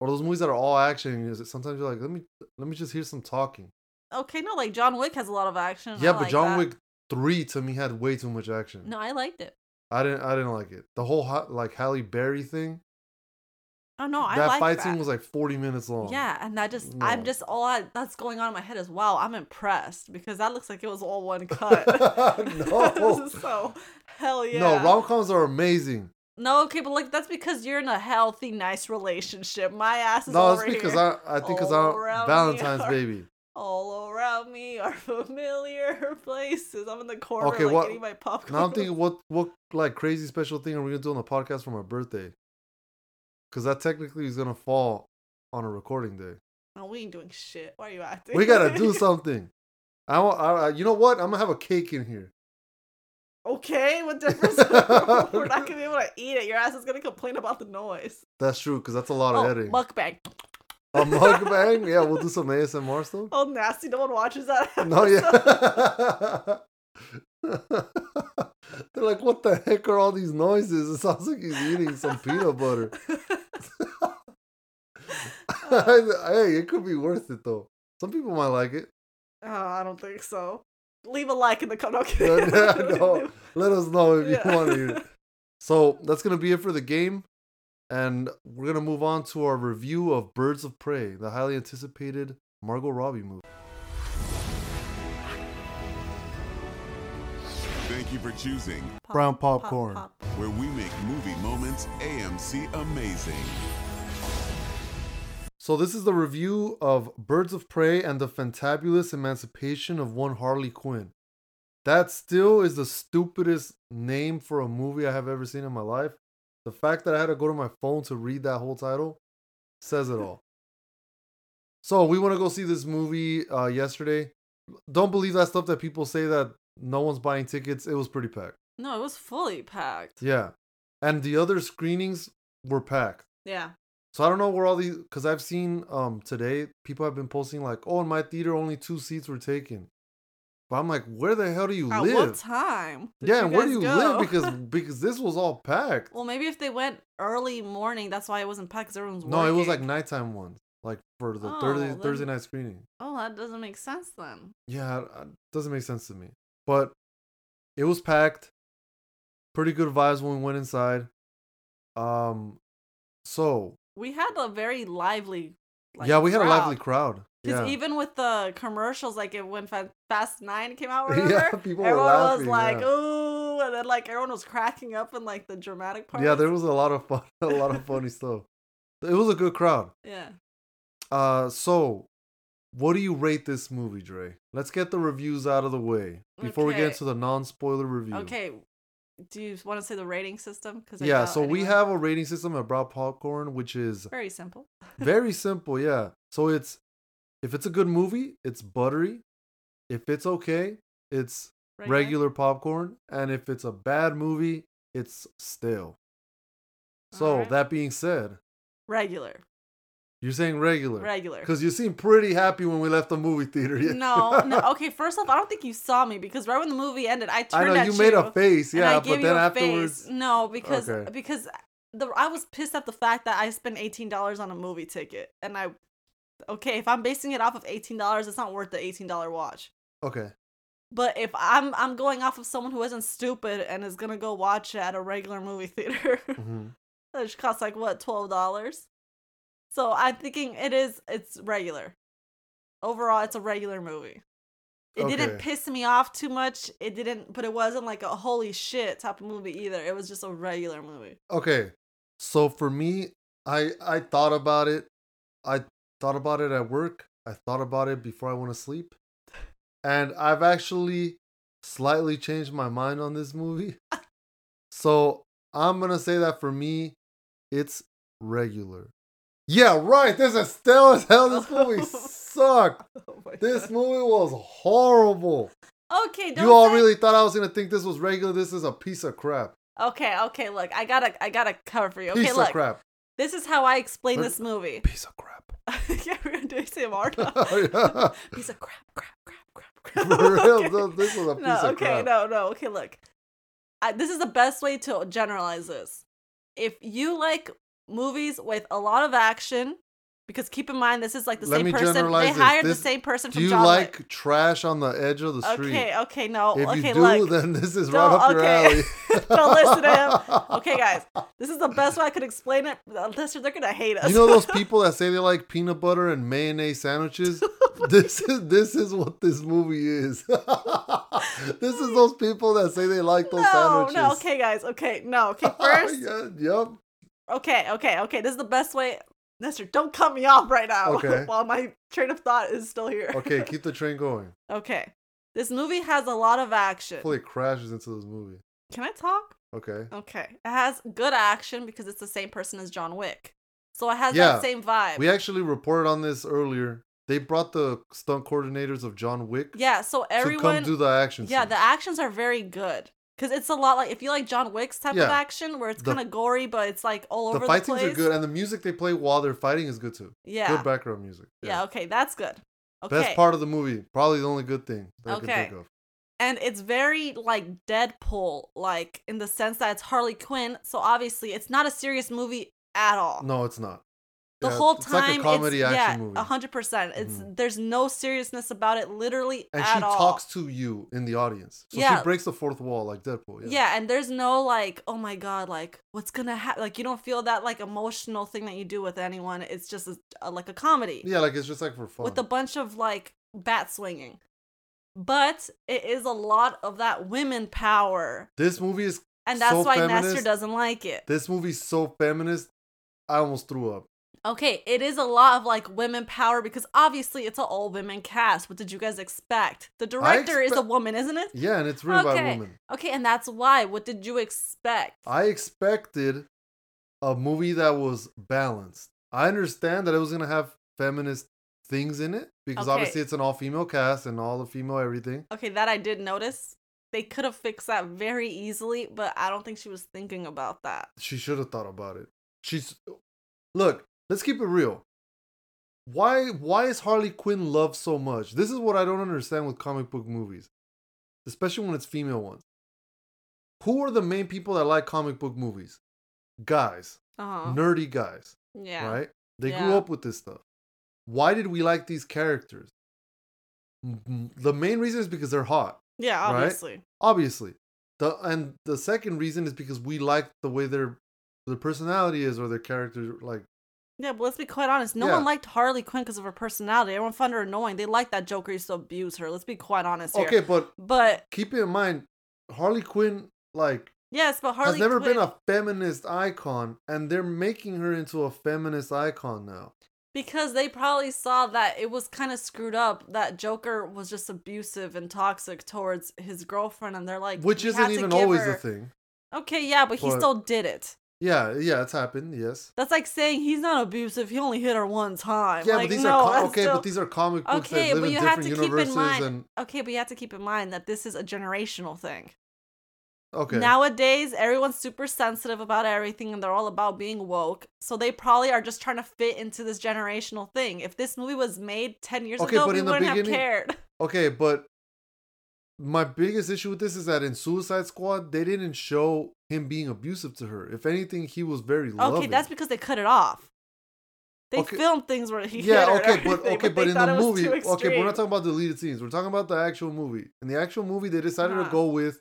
[SPEAKER 2] or those movies that are all action? and you're- Sometimes you're like, let me let me just hear some talking.
[SPEAKER 1] Okay, no, like John Wick has a lot of action. I
[SPEAKER 2] yeah, but
[SPEAKER 1] like
[SPEAKER 2] John
[SPEAKER 1] that.
[SPEAKER 2] Wick three to me had way too much action.
[SPEAKER 1] No, I liked it.
[SPEAKER 2] I didn't I didn't like it. The whole ha- like Halle Berry thing,
[SPEAKER 1] Oh no, I
[SPEAKER 2] that
[SPEAKER 1] liked
[SPEAKER 2] fight
[SPEAKER 1] that.
[SPEAKER 2] scene was like forty minutes long.
[SPEAKER 1] yeah, and that just I'm
[SPEAKER 2] No.
[SPEAKER 1] just all I, that's going on in my head is wow, I'm impressed because that looks like it was all one cut.
[SPEAKER 2] No.
[SPEAKER 1] so hell yeah.
[SPEAKER 2] No, rom coms are amazing.
[SPEAKER 1] No, okay, but like that's because you're in a healthy, nice relationship. My ass is
[SPEAKER 2] No,
[SPEAKER 1] over
[SPEAKER 2] it's because
[SPEAKER 1] here.
[SPEAKER 2] I I think because
[SPEAKER 1] all
[SPEAKER 2] I'm
[SPEAKER 1] around
[SPEAKER 2] Valentine's
[SPEAKER 1] here.
[SPEAKER 2] baby.
[SPEAKER 1] all around me are familiar places. I'm in the corner,
[SPEAKER 2] Okay,
[SPEAKER 1] like
[SPEAKER 2] what-
[SPEAKER 1] getting my popcorn.
[SPEAKER 2] Now I'm thinking, what what like crazy special thing are we gonna do on the podcast for my birthday? Because that technically is gonna fall on a recording day.
[SPEAKER 1] No, we ain't doing shit. Why are you acting?
[SPEAKER 2] We gotta do something. I want. I, I- you know what? I'm gonna have a cake in here.
[SPEAKER 1] Okay, what difference? We're not gonna be able to eat it. Your ass is gonna complain about the noise.
[SPEAKER 2] That's true, because that's a lot of
[SPEAKER 1] Oh,
[SPEAKER 2] editing.
[SPEAKER 1] mukbang.
[SPEAKER 2] a mukbang. Yeah, we'll do some ASMR stuff.
[SPEAKER 1] Oh, nasty. No one watches that.
[SPEAKER 2] No,
[SPEAKER 1] episode.
[SPEAKER 2] yeah. They're like, what the heck are all these noises? It sounds like he's eating some peanut butter. hey, it could be worth it though. Some people might like it.
[SPEAKER 1] oh, I don't think so. Leave a like in the comment.
[SPEAKER 2] No, no, no. Let us know if you
[SPEAKER 1] Yeah.
[SPEAKER 2] want to hear it. So that's gonna be it for the game, and we're gonna move on to our review of Birds of Prey, the highly anticipated Margot Robbie movie.
[SPEAKER 4] Thank you for choosing
[SPEAKER 2] Brown popcorn.
[SPEAKER 4] where we make movie moments AMC amazing.
[SPEAKER 2] So this is the review of Birds of Prey and the Fantabulous Emancipation of One Harley Quinn. That still is the stupidest name for a movie I have ever seen in my life. The fact that I had to go to my phone to read that whole title says it all. So we want to go see this movie uh, yesterday. Don't believe that stuff that people say that no one's buying tickets. It was pretty packed.
[SPEAKER 1] No, it was fully packed.
[SPEAKER 2] Yeah, and the other screenings were packed.
[SPEAKER 1] Yeah.
[SPEAKER 2] So I don't know where all these because I've seen um today people have been posting like, oh, in my theater only two seats were taken. But I'm like, where the hell do you
[SPEAKER 1] At
[SPEAKER 2] live?
[SPEAKER 1] what time? did
[SPEAKER 2] yeah, and where
[SPEAKER 1] guys
[SPEAKER 2] do you
[SPEAKER 1] go?
[SPEAKER 2] live? Because because this was all packed.
[SPEAKER 1] well, maybe if they went early morning, that's why it wasn't packed. Cause everyone's
[SPEAKER 2] no, it was like
[SPEAKER 1] working.
[SPEAKER 2] nighttime ones, like for the
[SPEAKER 1] Oh,
[SPEAKER 2] Thursday
[SPEAKER 1] then-
[SPEAKER 2] Thursday night screening.
[SPEAKER 1] oh, that doesn't make sense then.
[SPEAKER 2] Yeah, it it doesn't make sense to me. But it was packed. Pretty good vibes when we went inside. Um, so
[SPEAKER 1] We had a very lively. Like,
[SPEAKER 2] yeah, we had a lively crowd.
[SPEAKER 1] Because
[SPEAKER 2] Yeah.
[SPEAKER 1] even with the commercials, like it when Fa- Fast Nine came out,
[SPEAKER 2] Yeah,
[SPEAKER 1] whatever,
[SPEAKER 2] people were
[SPEAKER 1] everyone was
[SPEAKER 2] laughing,
[SPEAKER 1] like,
[SPEAKER 2] yeah.
[SPEAKER 1] "Ooh, cool, and then like everyone was cracking up in like the dramatic part.
[SPEAKER 2] Yeah, there was a lot of fun, a lot of funny stuff. It was a good crowd.
[SPEAKER 1] Yeah.
[SPEAKER 2] Uh, so what do you rate this movie, Dre? Let's get the reviews out of the way before we get
[SPEAKER 1] Okay.
[SPEAKER 2] into the non-spoiler review.
[SPEAKER 1] Okay. Do you want to say the rating system? Because
[SPEAKER 2] Yeah, so we have a rating system at Broad Popcorn, which is
[SPEAKER 1] very simple.
[SPEAKER 2] very simple. Yeah. So it's if it's a good movie, it's buttery. If it's okay, it's regular popcorn, and if it's a bad movie, it's stale. So
[SPEAKER 1] Alright.
[SPEAKER 2] that being said,
[SPEAKER 1] regular,
[SPEAKER 2] you're saying regular
[SPEAKER 1] regular.
[SPEAKER 2] because you seem pretty happy when we left the movie theater. yeah.
[SPEAKER 1] No, no. Okay, first off, I don't think you saw me because right when the movie ended, I
[SPEAKER 2] I
[SPEAKER 1] turned
[SPEAKER 2] know
[SPEAKER 1] at
[SPEAKER 2] you made a face,
[SPEAKER 1] and I
[SPEAKER 2] yeah,
[SPEAKER 1] gave
[SPEAKER 2] but
[SPEAKER 1] you
[SPEAKER 2] then
[SPEAKER 1] a
[SPEAKER 2] afterwards,
[SPEAKER 1] face. No, because
[SPEAKER 2] Okay.
[SPEAKER 1] because the I was pissed at the fact that I spent eighteen dollars on a movie ticket, and I okay if I'm basing it off of eighteen dollars, it's not worth the eighteen dollar watch.
[SPEAKER 2] okay,
[SPEAKER 1] But if I'm I'm going off of someone who isn't stupid and is gonna go watch it at a regular movie theater,
[SPEAKER 2] hmm
[SPEAKER 1] which costs like what twelve dollars. So I'm thinking it is it's regular. Overall, it's a regular movie. It didn't
[SPEAKER 2] Okay.
[SPEAKER 1] piss me off too much. It didn't, but it wasn't like a holy shit type of movie either. It was just a regular movie.
[SPEAKER 2] okay. So for me, I I thought about it. I thought about it at work. I thought about it before I went to sleep, and I've actually slightly changed my mind on this movie. So I'm gonna say that for me, it's regular. Yeah, right. This is stale as hell. This movie sucked.
[SPEAKER 1] Oh my
[SPEAKER 2] This movie was horrible.
[SPEAKER 1] Okay, don't
[SPEAKER 2] you all
[SPEAKER 1] say-
[SPEAKER 2] really thought I was gonna think this was regular. This is a piece of crap.
[SPEAKER 1] Okay, okay. Look, I got to I got to cover for you. Okay,
[SPEAKER 2] Piece
[SPEAKER 1] look.
[SPEAKER 2] of crap.
[SPEAKER 1] This is how I explain
[SPEAKER 2] Look-
[SPEAKER 1] this movie.
[SPEAKER 2] Piece of crap.
[SPEAKER 1] yeah, we're gonna do ASMR now.
[SPEAKER 2] Oh, Yeah.
[SPEAKER 1] Piece of crap, crap, crap, crap, crap.
[SPEAKER 2] For real,
[SPEAKER 1] Okay.
[SPEAKER 2] th- this was a piece
[SPEAKER 1] no,
[SPEAKER 2] of
[SPEAKER 1] okay,
[SPEAKER 2] crap.
[SPEAKER 1] no, no, okay. Look, I, this is the best way to generalize this. If you like movies with a lot of action, because keep in mind this is like the
[SPEAKER 2] Let me
[SPEAKER 1] same person. They
[SPEAKER 2] generalize this.
[SPEAKER 1] hired
[SPEAKER 2] This-
[SPEAKER 1] the same person
[SPEAKER 2] Do
[SPEAKER 1] from
[SPEAKER 2] you
[SPEAKER 1] John
[SPEAKER 2] like
[SPEAKER 1] Wick.
[SPEAKER 2] trash on the edge of the street?
[SPEAKER 1] Okay, okay, no,
[SPEAKER 2] If
[SPEAKER 1] okay,
[SPEAKER 2] you do,
[SPEAKER 1] look.
[SPEAKER 2] then this is right
[SPEAKER 1] Don't-
[SPEAKER 2] up your
[SPEAKER 1] okay.
[SPEAKER 2] alley.
[SPEAKER 1] Don't listen to him. Okay, guys, this is the best way I could explain it. Unless they're gonna hate us.
[SPEAKER 2] You know those people that say they like peanut butter and mayonnaise sandwiches? this is this is what this movie is. this is those people that say they like those
[SPEAKER 1] no,
[SPEAKER 2] sandwiches.
[SPEAKER 1] no, okay, guys, okay, no, okay. First,
[SPEAKER 2] Oh, yeah, yep.
[SPEAKER 1] Okay, okay, okay. This is the best way. Nestor, don't cut me off right now
[SPEAKER 2] Okay.
[SPEAKER 1] while my train of thought is still here.
[SPEAKER 2] Okay, keep the train going.
[SPEAKER 1] Okay. This movie has a lot of action.
[SPEAKER 2] Hopefully, it crashes into this movie.
[SPEAKER 1] Can I talk?
[SPEAKER 2] Okay.
[SPEAKER 1] Okay. It has good action because it's the same person as John Wick. So it has
[SPEAKER 2] Yeah,
[SPEAKER 1] that same vibe.
[SPEAKER 2] We actually reported on this earlier. They brought the stunt coordinators of John Wick
[SPEAKER 1] yeah, so
[SPEAKER 2] to
[SPEAKER 1] everyone
[SPEAKER 2] come do the action.
[SPEAKER 1] Yeah,
[SPEAKER 2] scenes.
[SPEAKER 1] the actions are very good. Cuz it's a lot like if you like John Wick's type
[SPEAKER 2] Yeah.
[SPEAKER 1] of action where it's
[SPEAKER 2] The-
[SPEAKER 1] kind of gory but it's like all
[SPEAKER 2] the
[SPEAKER 1] over
[SPEAKER 2] fight
[SPEAKER 1] the place.
[SPEAKER 2] scenes are good, and the music they play while they're fighting is good too.
[SPEAKER 1] Yeah.
[SPEAKER 2] Good background music.
[SPEAKER 1] yeah, okay, that's good. Okay.
[SPEAKER 2] Best part of the movie, probably the only good thing that I
[SPEAKER 1] Okay.
[SPEAKER 2] can think of.
[SPEAKER 1] and it's very like Deadpool, like in the sense that it's Harley Quinn. So obviously, it's not a serious movie at all.
[SPEAKER 2] No, it's not.
[SPEAKER 1] the
[SPEAKER 2] Yeah,
[SPEAKER 1] whole
[SPEAKER 2] it's
[SPEAKER 1] time,
[SPEAKER 2] like a comedy
[SPEAKER 1] it's,
[SPEAKER 2] action
[SPEAKER 1] yeah,
[SPEAKER 2] movie,
[SPEAKER 1] hundred percent. It's
[SPEAKER 2] Mhm.
[SPEAKER 1] there's no seriousness about it, literally
[SPEAKER 2] and
[SPEAKER 1] at
[SPEAKER 2] she
[SPEAKER 1] all.
[SPEAKER 2] talks to you in the audience, so
[SPEAKER 1] Yeah.
[SPEAKER 2] she breaks the fourth wall like Deadpool.
[SPEAKER 1] yeah.
[SPEAKER 2] Yeah,
[SPEAKER 1] and there's no like, oh my god, like what's gonna happen? Like you don't feel that like emotional thing that you do with anyone. It's just a, a- like a comedy
[SPEAKER 2] yeah, like it's just like for fun.
[SPEAKER 1] with a bunch of like bat swinging, but it is a lot of that women power,
[SPEAKER 2] this movie is
[SPEAKER 1] and that's
[SPEAKER 2] So
[SPEAKER 1] why Nestor
[SPEAKER 2] feminist.
[SPEAKER 1] doesn't like it.
[SPEAKER 2] this movie's so feminist. I almost threw up.
[SPEAKER 1] Okay, it is a lot of like women power because obviously it's an all women cast. What did you guys expect? The director is a
[SPEAKER 2] expect-
[SPEAKER 1] woman, isn't it?
[SPEAKER 2] Yeah, and it's written by a
[SPEAKER 1] Okay.
[SPEAKER 2] woman.
[SPEAKER 1] Okay, and that's why. What did you expect?
[SPEAKER 2] I expected a movie that was balanced. I understand that it was gonna have feminist things in it because
[SPEAKER 1] Okay.
[SPEAKER 2] obviously it's an all female cast and all the female everything.
[SPEAKER 1] okay, that I did notice. They could have fixed that very easily, but I don't think she was thinking about that.
[SPEAKER 2] She should have thought about it. She's look. Let's keep it real. Why why is Harley Quinn loved so much? This is what I don't understand with comic book movies, especially when it's female ones. Who are the main people that like comic book movies? Guys,
[SPEAKER 1] Uh huh.
[SPEAKER 2] nerdy guys.
[SPEAKER 1] yeah.
[SPEAKER 2] right? They grew
[SPEAKER 1] Yeah.
[SPEAKER 2] up with this stuff. Why did we like these characters? M- The main reason is because they're hot,
[SPEAKER 1] Yeah,
[SPEAKER 2] Right?
[SPEAKER 1] obviously.
[SPEAKER 2] obviously. The and the second reason is because we like the way their their personality is or their character like
[SPEAKER 1] Yeah, but let's be quite honest. No
[SPEAKER 2] Yeah.
[SPEAKER 1] one liked Harley Quinn because of her personality. Everyone found her annoying. They liked that Joker used to abuse her. Let's be quite honest here.
[SPEAKER 2] Okay, but
[SPEAKER 1] But
[SPEAKER 2] keep in mind Harley Quinn like
[SPEAKER 1] Yes, but Harley
[SPEAKER 2] has never
[SPEAKER 1] Quinn,
[SPEAKER 2] been a feminist icon, and they're making her into a feminist icon now.
[SPEAKER 1] because they probably saw that it was kind of screwed up that Joker was just abusive and toxic towards his girlfriend, and they're like,
[SPEAKER 2] Which
[SPEAKER 1] "We had
[SPEAKER 2] isn't
[SPEAKER 1] to
[SPEAKER 2] even
[SPEAKER 1] give
[SPEAKER 2] always
[SPEAKER 1] her-"
[SPEAKER 2] a thing.
[SPEAKER 1] Okay, yeah, but he
[SPEAKER 2] But-
[SPEAKER 1] still did it.
[SPEAKER 2] Yeah, yeah, it's happened. Yes.
[SPEAKER 1] That's like saying he's not abusive. He only hit her one time.
[SPEAKER 2] yeah,
[SPEAKER 1] Like,
[SPEAKER 2] but these
[SPEAKER 1] no,
[SPEAKER 2] are com-
[SPEAKER 1] that's
[SPEAKER 2] okay,
[SPEAKER 1] still-
[SPEAKER 2] but these are comic books
[SPEAKER 1] okay,
[SPEAKER 2] that live
[SPEAKER 1] but
[SPEAKER 2] in
[SPEAKER 1] you have
[SPEAKER 2] different
[SPEAKER 1] to keep in
[SPEAKER 2] universes,
[SPEAKER 1] mind.
[SPEAKER 2] and
[SPEAKER 1] Okay, but you have to keep in mind that this is a generational thing.
[SPEAKER 2] okay,
[SPEAKER 1] Nowadays, everyone's super sensitive about everything, and they're all about being woke. So they probably are just trying to fit into this generational thing. If this movie was made ten years
[SPEAKER 2] Okay,
[SPEAKER 1] ago,
[SPEAKER 2] but
[SPEAKER 1] we
[SPEAKER 2] in the
[SPEAKER 1] wouldn't have
[SPEAKER 2] beginning-
[SPEAKER 1] cared.
[SPEAKER 2] okay, but my biggest issue with this is that in Suicide Squad they didn't show him being abusive to her. If anything, he was very loving.
[SPEAKER 1] Okay, that's because they cut it off. They
[SPEAKER 2] Okay.
[SPEAKER 1] filmed things where he
[SPEAKER 2] yeah,
[SPEAKER 1] hit her
[SPEAKER 2] okay,
[SPEAKER 1] and
[SPEAKER 2] but
[SPEAKER 1] everything,
[SPEAKER 2] okay, but,
[SPEAKER 1] they
[SPEAKER 2] in
[SPEAKER 1] thought
[SPEAKER 2] the
[SPEAKER 1] it was
[SPEAKER 2] movie,
[SPEAKER 1] too
[SPEAKER 2] okay, but we're
[SPEAKER 1] extreme.
[SPEAKER 2] not talking about deleted scenes. We're talking about the actual movie. In the actual movie, they decided to
[SPEAKER 1] Nah.
[SPEAKER 2] go with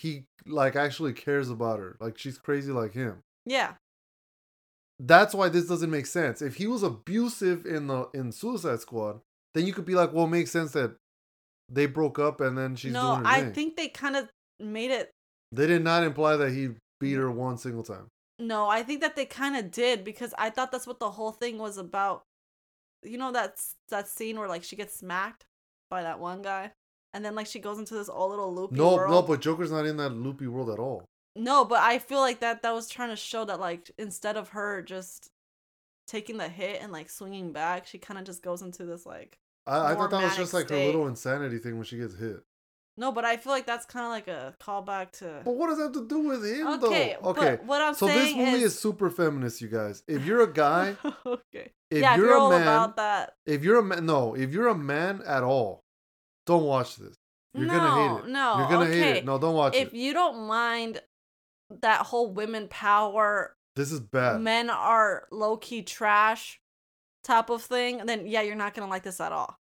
[SPEAKER 2] he like actually cares about her, like she's crazy like him.
[SPEAKER 1] Yeah,
[SPEAKER 2] That's why this doesn't make sense. If he was abusive in the in Suicide Squad, then you could be like, well, it makes sense that they broke up and then she's
[SPEAKER 1] no,
[SPEAKER 2] doing her
[SPEAKER 1] I
[SPEAKER 2] thing.
[SPEAKER 1] think they kind of made it
[SPEAKER 2] They did not imply that he beat her one single time.
[SPEAKER 1] No, I think that they kind of did because I thought that's what the whole thing was about. You know that s- that scene where like she gets smacked by that one guy, and then like she goes into this all little loopy.
[SPEAKER 2] No,
[SPEAKER 1] world.
[SPEAKER 2] no, but Joker's not in that loopy world at all.
[SPEAKER 1] no, but I feel like that that was trying to show that like instead of her just taking the hit and like swinging back, she kind of just goes into this like
[SPEAKER 2] I, I thought that was
[SPEAKER 1] Mormonic
[SPEAKER 2] just like her
[SPEAKER 1] state.
[SPEAKER 2] little insanity thing when she gets hit.
[SPEAKER 1] no. But I feel like that's kind of like a callback to
[SPEAKER 2] But what does that have to do with him,
[SPEAKER 1] okay.
[SPEAKER 2] though? Okay.
[SPEAKER 1] but what I'm
[SPEAKER 2] so this
[SPEAKER 1] saying
[SPEAKER 2] movie is...
[SPEAKER 1] is,
[SPEAKER 2] super feminist, you guys. If you're a guy,
[SPEAKER 1] okay.
[SPEAKER 2] if
[SPEAKER 1] yeah,
[SPEAKER 2] you're,
[SPEAKER 1] if you're
[SPEAKER 2] a
[SPEAKER 1] all
[SPEAKER 2] man,
[SPEAKER 1] about that,
[SPEAKER 2] if you're a man, no, if you're a man at all, don't watch this. You're gonna
[SPEAKER 1] No,
[SPEAKER 2] hate it.
[SPEAKER 1] no,
[SPEAKER 2] you're gonna hate
[SPEAKER 1] okay.
[SPEAKER 2] it. No, don't watch
[SPEAKER 1] if
[SPEAKER 2] it.
[SPEAKER 1] you don't mind that whole women power,
[SPEAKER 2] This is bad.
[SPEAKER 1] men are low key trash type of thing, then yeah, you're not gonna like this at all.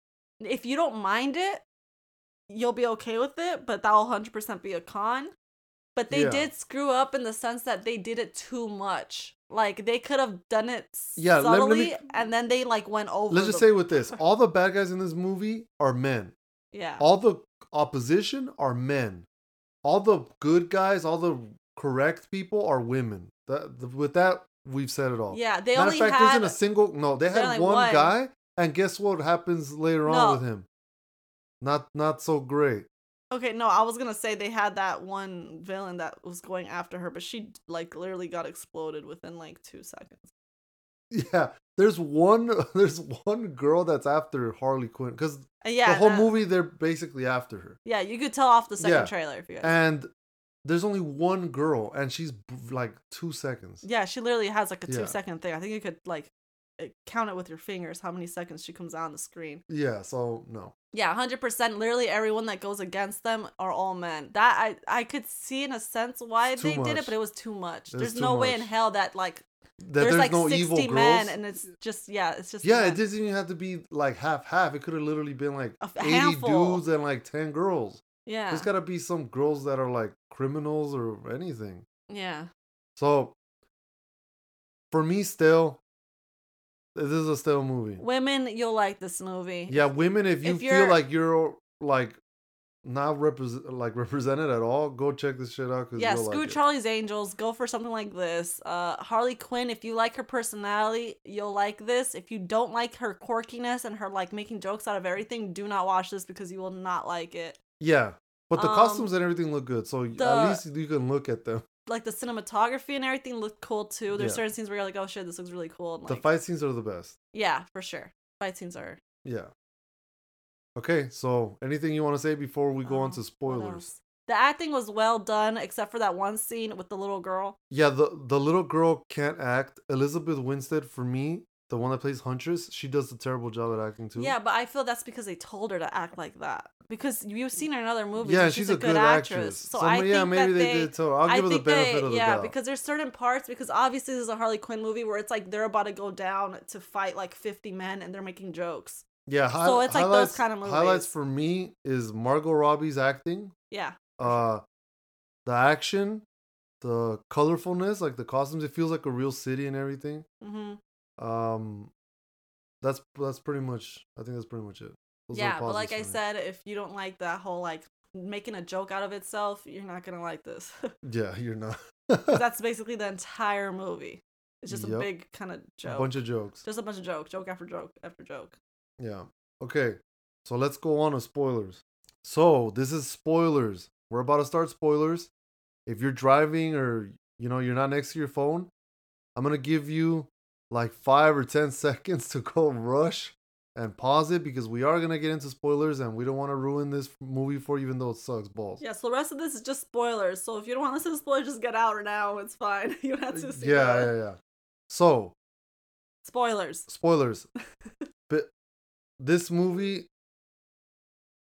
[SPEAKER 1] If you don't mind it, you'll be okay with it, but that'll 100% be a con. But they
[SPEAKER 2] Yeah.
[SPEAKER 1] did screw up in the sense that they did it too much. Like they could have done it
[SPEAKER 2] Yeah, let- let me-
[SPEAKER 1] subtly, and then they like went over.
[SPEAKER 2] Let's just
[SPEAKER 1] the-
[SPEAKER 2] say with this, all the bad guys in this movie are men.
[SPEAKER 1] yeah,
[SPEAKER 2] All the opposition are men. All the good guys, all the correct people are women. That with that we've said it all.
[SPEAKER 1] yeah. They
[SPEAKER 2] Matter of
[SPEAKER 1] only
[SPEAKER 2] fact,
[SPEAKER 1] had
[SPEAKER 2] there's isn't a single. No, they
[SPEAKER 1] they're
[SPEAKER 2] had
[SPEAKER 1] like
[SPEAKER 2] one,
[SPEAKER 1] one.
[SPEAKER 2] guy, and guess what happens later on
[SPEAKER 1] No.
[SPEAKER 2] with him? Not not so great.
[SPEAKER 1] Okay, no, I was gonna say they had that one villain that was going after her, but she like literally got exploded within like two seconds.
[SPEAKER 2] Yeah, there's one. There's one girl that's after Harley Quinn because
[SPEAKER 1] Uh, yeah,
[SPEAKER 2] the whole
[SPEAKER 1] that-
[SPEAKER 2] movie they're basically after her,
[SPEAKER 1] Yeah, you could tell off the second
[SPEAKER 2] Yeah.
[SPEAKER 1] trailer if you guys.
[SPEAKER 2] and there's only one girl, and she's b- like two seconds.
[SPEAKER 1] yeah, she literally has like a
[SPEAKER 2] Yeah.
[SPEAKER 1] two second thing. I think you could like uh, count it with your fingers how many seconds she comes out on the screen.
[SPEAKER 2] Yeah, so no.
[SPEAKER 1] Yeah, hundred percent. Literally everyone that goes against them are all men. That I I could see in a sense why
[SPEAKER 2] It's too
[SPEAKER 1] they did
[SPEAKER 2] much.
[SPEAKER 1] it, but it was too much.
[SPEAKER 2] It was
[SPEAKER 1] There's
[SPEAKER 2] too
[SPEAKER 1] no way in
[SPEAKER 2] much.
[SPEAKER 1] hell that like
[SPEAKER 2] That
[SPEAKER 1] there's,
[SPEAKER 2] there's,
[SPEAKER 1] like
[SPEAKER 2] no
[SPEAKER 1] sixty
[SPEAKER 2] evil
[SPEAKER 1] men
[SPEAKER 2] girls.
[SPEAKER 1] and it's just yeah, it's just
[SPEAKER 2] yeah,
[SPEAKER 1] men.
[SPEAKER 2] it doesn't even have to be like half half. It could have literally been like
[SPEAKER 1] A f-
[SPEAKER 2] eighty
[SPEAKER 1] handful.
[SPEAKER 2] dudes and like ten girls.
[SPEAKER 1] Yeah,
[SPEAKER 2] There's gotta be some girls that are like criminals or anything.
[SPEAKER 1] yeah.
[SPEAKER 2] So for me, still, this is a still movie.
[SPEAKER 1] women you'll like this movie
[SPEAKER 2] Yeah, women, if you
[SPEAKER 1] if
[SPEAKER 2] feel
[SPEAKER 1] you're-
[SPEAKER 2] like you're like not represent like represented at all, go check this shit out. Cause
[SPEAKER 1] yeah
[SPEAKER 2] you'll
[SPEAKER 1] screw
[SPEAKER 2] like it.
[SPEAKER 1] charlie's angels go for something like this uh harley quinn if you like her personality you'll like this if you don't like her quirkiness and her like making jokes out of everything do not watch this because you will not like it
[SPEAKER 2] Yeah, but the
[SPEAKER 1] Um,
[SPEAKER 2] costumes and everything look good, so
[SPEAKER 1] the-
[SPEAKER 2] at least you can look at them.
[SPEAKER 1] like the cinematography and everything looked cool too there's
[SPEAKER 2] Yeah.
[SPEAKER 1] certain scenes where you're like oh shit this looks really cool and,
[SPEAKER 2] the
[SPEAKER 1] like,
[SPEAKER 2] fight scenes are the best.
[SPEAKER 1] yeah for sure fight scenes are
[SPEAKER 2] Yeah. Okay, so anything you want to say before we go on
[SPEAKER 1] Um,
[SPEAKER 2] to
[SPEAKER 1] what
[SPEAKER 2] spoilers?
[SPEAKER 1] else? the acting was well done except for that one scene with the little girl
[SPEAKER 2] Yeah, the the little girl can't act. Elizabeth Winstead, for me, the one that plays Huntress, she does a terrible job at acting too.
[SPEAKER 1] Yeah, but I feel that's because they told her to act like that. Because you've seen her in other movies.
[SPEAKER 2] yeah,
[SPEAKER 1] and
[SPEAKER 2] she's, a, good, actress.
[SPEAKER 1] So
[SPEAKER 2] Some-
[SPEAKER 1] I think
[SPEAKER 2] yeah, maybe
[SPEAKER 1] that
[SPEAKER 2] they, did too. I'll
[SPEAKER 1] I
[SPEAKER 2] give her the
[SPEAKER 1] think
[SPEAKER 2] benefit
[SPEAKER 1] they,
[SPEAKER 2] of the
[SPEAKER 1] yeah,
[SPEAKER 2] doubt.
[SPEAKER 1] because there's certain parts. Because obviously this is a Harley Quinn movie where it's like they're about to go down to fight like 50 men and they're making jokes.
[SPEAKER 2] yeah, hi-
[SPEAKER 1] so it's like those
[SPEAKER 2] highlights-
[SPEAKER 1] kind of
[SPEAKER 2] Highlights
[SPEAKER 1] movies.
[SPEAKER 2] for me is Margot Robbie's acting,
[SPEAKER 1] Yeah,
[SPEAKER 2] uh, the action, the colorfulness, like the costumes. It feels like a real city and everything.
[SPEAKER 1] hmm
[SPEAKER 2] Um, that's that's pretty much. I think that's pretty much it. Those are the
[SPEAKER 1] yeah. But
[SPEAKER 2] positives
[SPEAKER 1] like I
[SPEAKER 2] for me.
[SPEAKER 1] said, if you don't like that whole like making a joke out of itself, you're not gonna like this. 'Cause
[SPEAKER 2] Yeah, you're not.
[SPEAKER 1] 'Cause that's basically the entire movie. It's just a
[SPEAKER 2] Yep.
[SPEAKER 1] big kind of joke.
[SPEAKER 2] A bunch of jokes.
[SPEAKER 1] just a bunch of joke, joke after joke after joke.
[SPEAKER 2] Yeah. Okay. So let's go on to spoilers. So this is spoilers. We're about to start spoilers. If you're driving or you know you're not next to your phone, I'm gonna give you like five or ten seconds to go rush and pause it because we are gonna get into spoilers and we don't want to ruin this movie for you, even though it sucks balls.
[SPEAKER 1] Yeah, so the rest of this is just spoilers. So if you don't want to listen to spoilers, just get out now. It's fine. You don't have to see
[SPEAKER 2] yeah,
[SPEAKER 1] it.
[SPEAKER 2] yeah, yeah. So
[SPEAKER 1] spoilers.
[SPEAKER 2] spoilers. but this movie.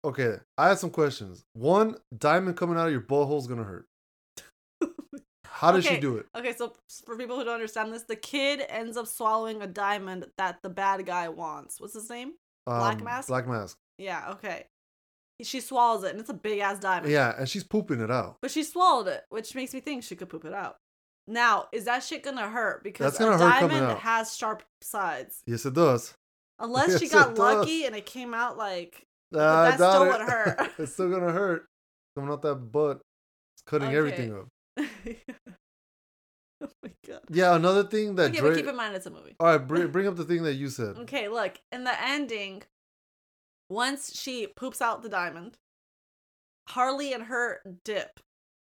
[SPEAKER 2] Okay, I have some questions. One, diamond coming out of your butthole's gonna hurt. How did she
[SPEAKER 1] Okay.
[SPEAKER 2] do it?
[SPEAKER 1] Okay, so for people who don't understand this, the kid ends up swallowing a diamond that the bad guy wants. What's his name? Black Mask?
[SPEAKER 2] Um, Black mask.
[SPEAKER 1] Yeah, okay. She swallows it, and it's a big ass diamond.
[SPEAKER 2] Yeah, and she's pooping it out.
[SPEAKER 1] But she swallowed it, which makes me think she could poop it out. Now, is that shit gonna hurt? Because
[SPEAKER 2] That's gonna
[SPEAKER 1] a
[SPEAKER 2] hurt coming
[SPEAKER 1] diamond
[SPEAKER 2] out.
[SPEAKER 1] has sharp sides.
[SPEAKER 2] Yes, it does.
[SPEAKER 1] Unless she
[SPEAKER 2] Yes, it
[SPEAKER 1] got
[SPEAKER 2] does.
[SPEAKER 1] lucky and it came out like
[SPEAKER 2] I
[SPEAKER 1] that
[SPEAKER 2] doubt
[SPEAKER 1] still
[SPEAKER 2] it.
[SPEAKER 1] would hurt.
[SPEAKER 2] it's still gonna hurt. Coming out that butt, it's cutting everything
[SPEAKER 1] Okay.
[SPEAKER 2] up.
[SPEAKER 1] oh my god.
[SPEAKER 2] Yeah, another thing that
[SPEAKER 1] okay, but
[SPEAKER 2] Drake.
[SPEAKER 1] keep in mind it's a movie.
[SPEAKER 2] All right, bring, bring up the thing that you said.
[SPEAKER 1] Okay, look, in the ending, once she poops out the diamond, Harley and her dip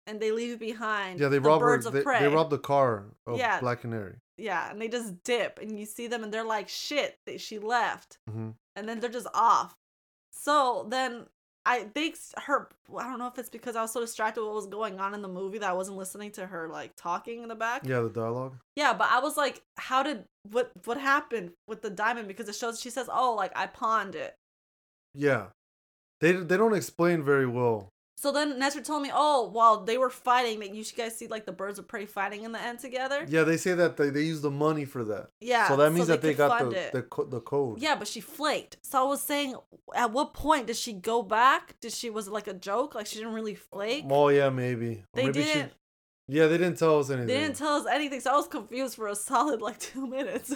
[SPEAKER 1] and they leave behind
[SPEAKER 2] Yeah, they
[SPEAKER 1] the
[SPEAKER 2] rob her.
[SPEAKER 1] birds of
[SPEAKER 2] They,
[SPEAKER 1] prey.
[SPEAKER 2] they robbed the car of
[SPEAKER 1] Yeah.
[SPEAKER 2] Black Canary.
[SPEAKER 1] yeah, and they just dip and you see them and they're like, shit, that she left.
[SPEAKER 2] hmm
[SPEAKER 1] and then they're just off. So then I think s- her I don't know if it's because I was so distracted with what was going on in the movie that I wasn't listening to her like talking in the back.
[SPEAKER 2] Yeah, the dialogue.
[SPEAKER 1] Yeah, but I was like, how did what what happened with the diamond? Because it shows she says, Oh, like I pawned it.
[SPEAKER 2] Yeah, they they don't explain very well.
[SPEAKER 1] So then Nestor told me, Oh, while they were fighting, that you should guys see like the birds of prey fighting in the end together.
[SPEAKER 2] Yeah, they say that they, they use the money for that.
[SPEAKER 1] Yeah.
[SPEAKER 2] so that means that they,
[SPEAKER 1] could
[SPEAKER 2] got
[SPEAKER 1] fund
[SPEAKER 2] the
[SPEAKER 1] it.
[SPEAKER 2] the, co- the code.
[SPEAKER 1] Yeah, but she flaked. So I was saying, at what point did she go back? Did she was it like a joke? Like she didn't really flake?
[SPEAKER 2] Oh yeah, maybe. Or
[SPEAKER 1] They
[SPEAKER 2] maybe she-
[SPEAKER 1] didn't
[SPEAKER 2] yeah, they didn't tell us anything.
[SPEAKER 1] They didn't tell us anything, so I was confused for a solid like two minutes.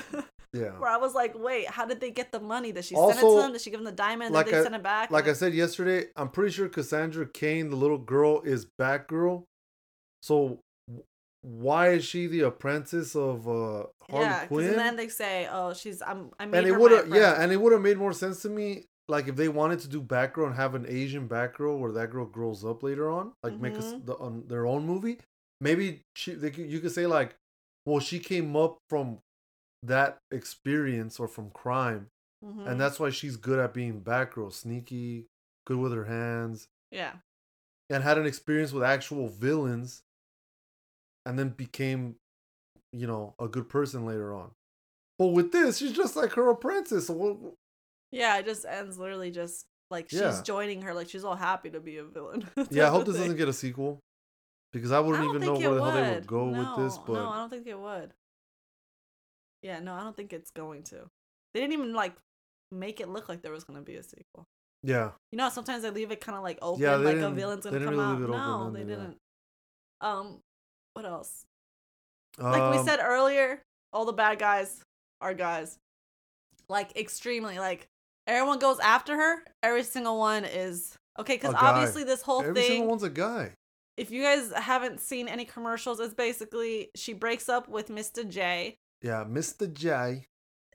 [SPEAKER 2] yeah.
[SPEAKER 1] Where I was like, wait, how did they get the money? Did she send it
[SPEAKER 2] Also,
[SPEAKER 1] to them? Did she give them the diamond?
[SPEAKER 2] like
[SPEAKER 1] Did they
[SPEAKER 2] I-
[SPEAKER 1] send it back?
[SPEAKER 2] Like I said yesterday, I'm pretty sure Cassandra Kane, the little girl, is Batgirl. So w- why is she the apprentice of uh, Harley
[SPEAKER 1] yeah, because
[SPEAKER 2] Quinn?
[SPEAKER 1] then they say, oh, she's I'm I made and
[SPEAKER 2] and it
[SPEAKER 1] her
[SPEAKER 2] would have
[SPEAKER 1] my
[SPEAKER 2] yeah,
[SPEAKER 1] friend.
[SPEAKER 2] and it would have made more sense to me like if they wanted to do Batgirl and have an Asian Batgirl where that girl grows up later on, like make us
[SPEAKER 1] Mhm.
[SPEAKER 2] the, on their own movie. Maybe she they could, you could say like, well, she came up from that experience or from crime,
[SPEAKER 1] Mhm.
[SPEAKER 2] and that's why she's good at being Batgirl, sneaky, good with her hands,
[SPEAKER 1] yeah,
[SPEAKER 2] and had an experience with actual villains, and then became, you know, a good person later on. But with this, she's just like her apprentice. So what,
[SPEAKER 1] yeah. It just ends literally just like she's
[SPEAKER 2] Yeah.
[SPEAKER 1] joining her, like she's all happy to be a villain.
[SPEAKER 2] Yeah, I hope this doesn't get a sequel because I wouldn't
[SPEAKER 1] I
[SPEAKER 2] even
[SPEAKER 1] don't
[SPEAKER 2] know
[SPEAKER 1] think
[SPEAKER 2] where the
[SPEAKER 1] it
[SPEAKER 2] hell they would
[SPEAKER 1] would.
[SPEAKER 2] go with this.
[SPEAKER 1] No,
[SPEAKER 2] But
[SPEAKER 1] no, I don't think it would. Yeah, no, I don't think it's going to. They didn't even like make it look like there was gonna be a sequel.
[SPEAKER 2] yeah,
[SPEAKER 1] You know, sometimes they leave it kind of like open,
[SPEAKER 2] Yeah, they
[SPEAKER 1] like a
[SPEAKER 2] didn't-
[SPEAKER 1] villain's
[SPEAKER 2] they
[SPEAKER 1] gonna
[SPEAKER 2] didn't
[SPEAKER 1] come
[SPEAKER 2] really
[SPEAKER 1] out.
[SPEAKER 2] leave it
[SPEAKER 1] no,
[SPEAKER 2] open-ended,
[SPEAKER 1] they
[SPEAKER 2] yeah.
[SPEAKER 1] didn't. Um, what else? Like we
[SPEAKER 2] um,
[SPEAKER 1] said earlier, all the bad guys are guys. Like extremely, like everyone goes after her. Every single one is okay because
[SPEAKER 2] A guy.
[SPEAKER 1] obviously this whole
[SPEAKER 2] every
[SPEAKER 1] thing.
[SPEAKER 2] single one's a guy.
[SPEAKER 1] if you guys haven't seen any commercials, it's basically she breaks up with Mr. J,
[SPEAKER 2] Yeah, Mr. J.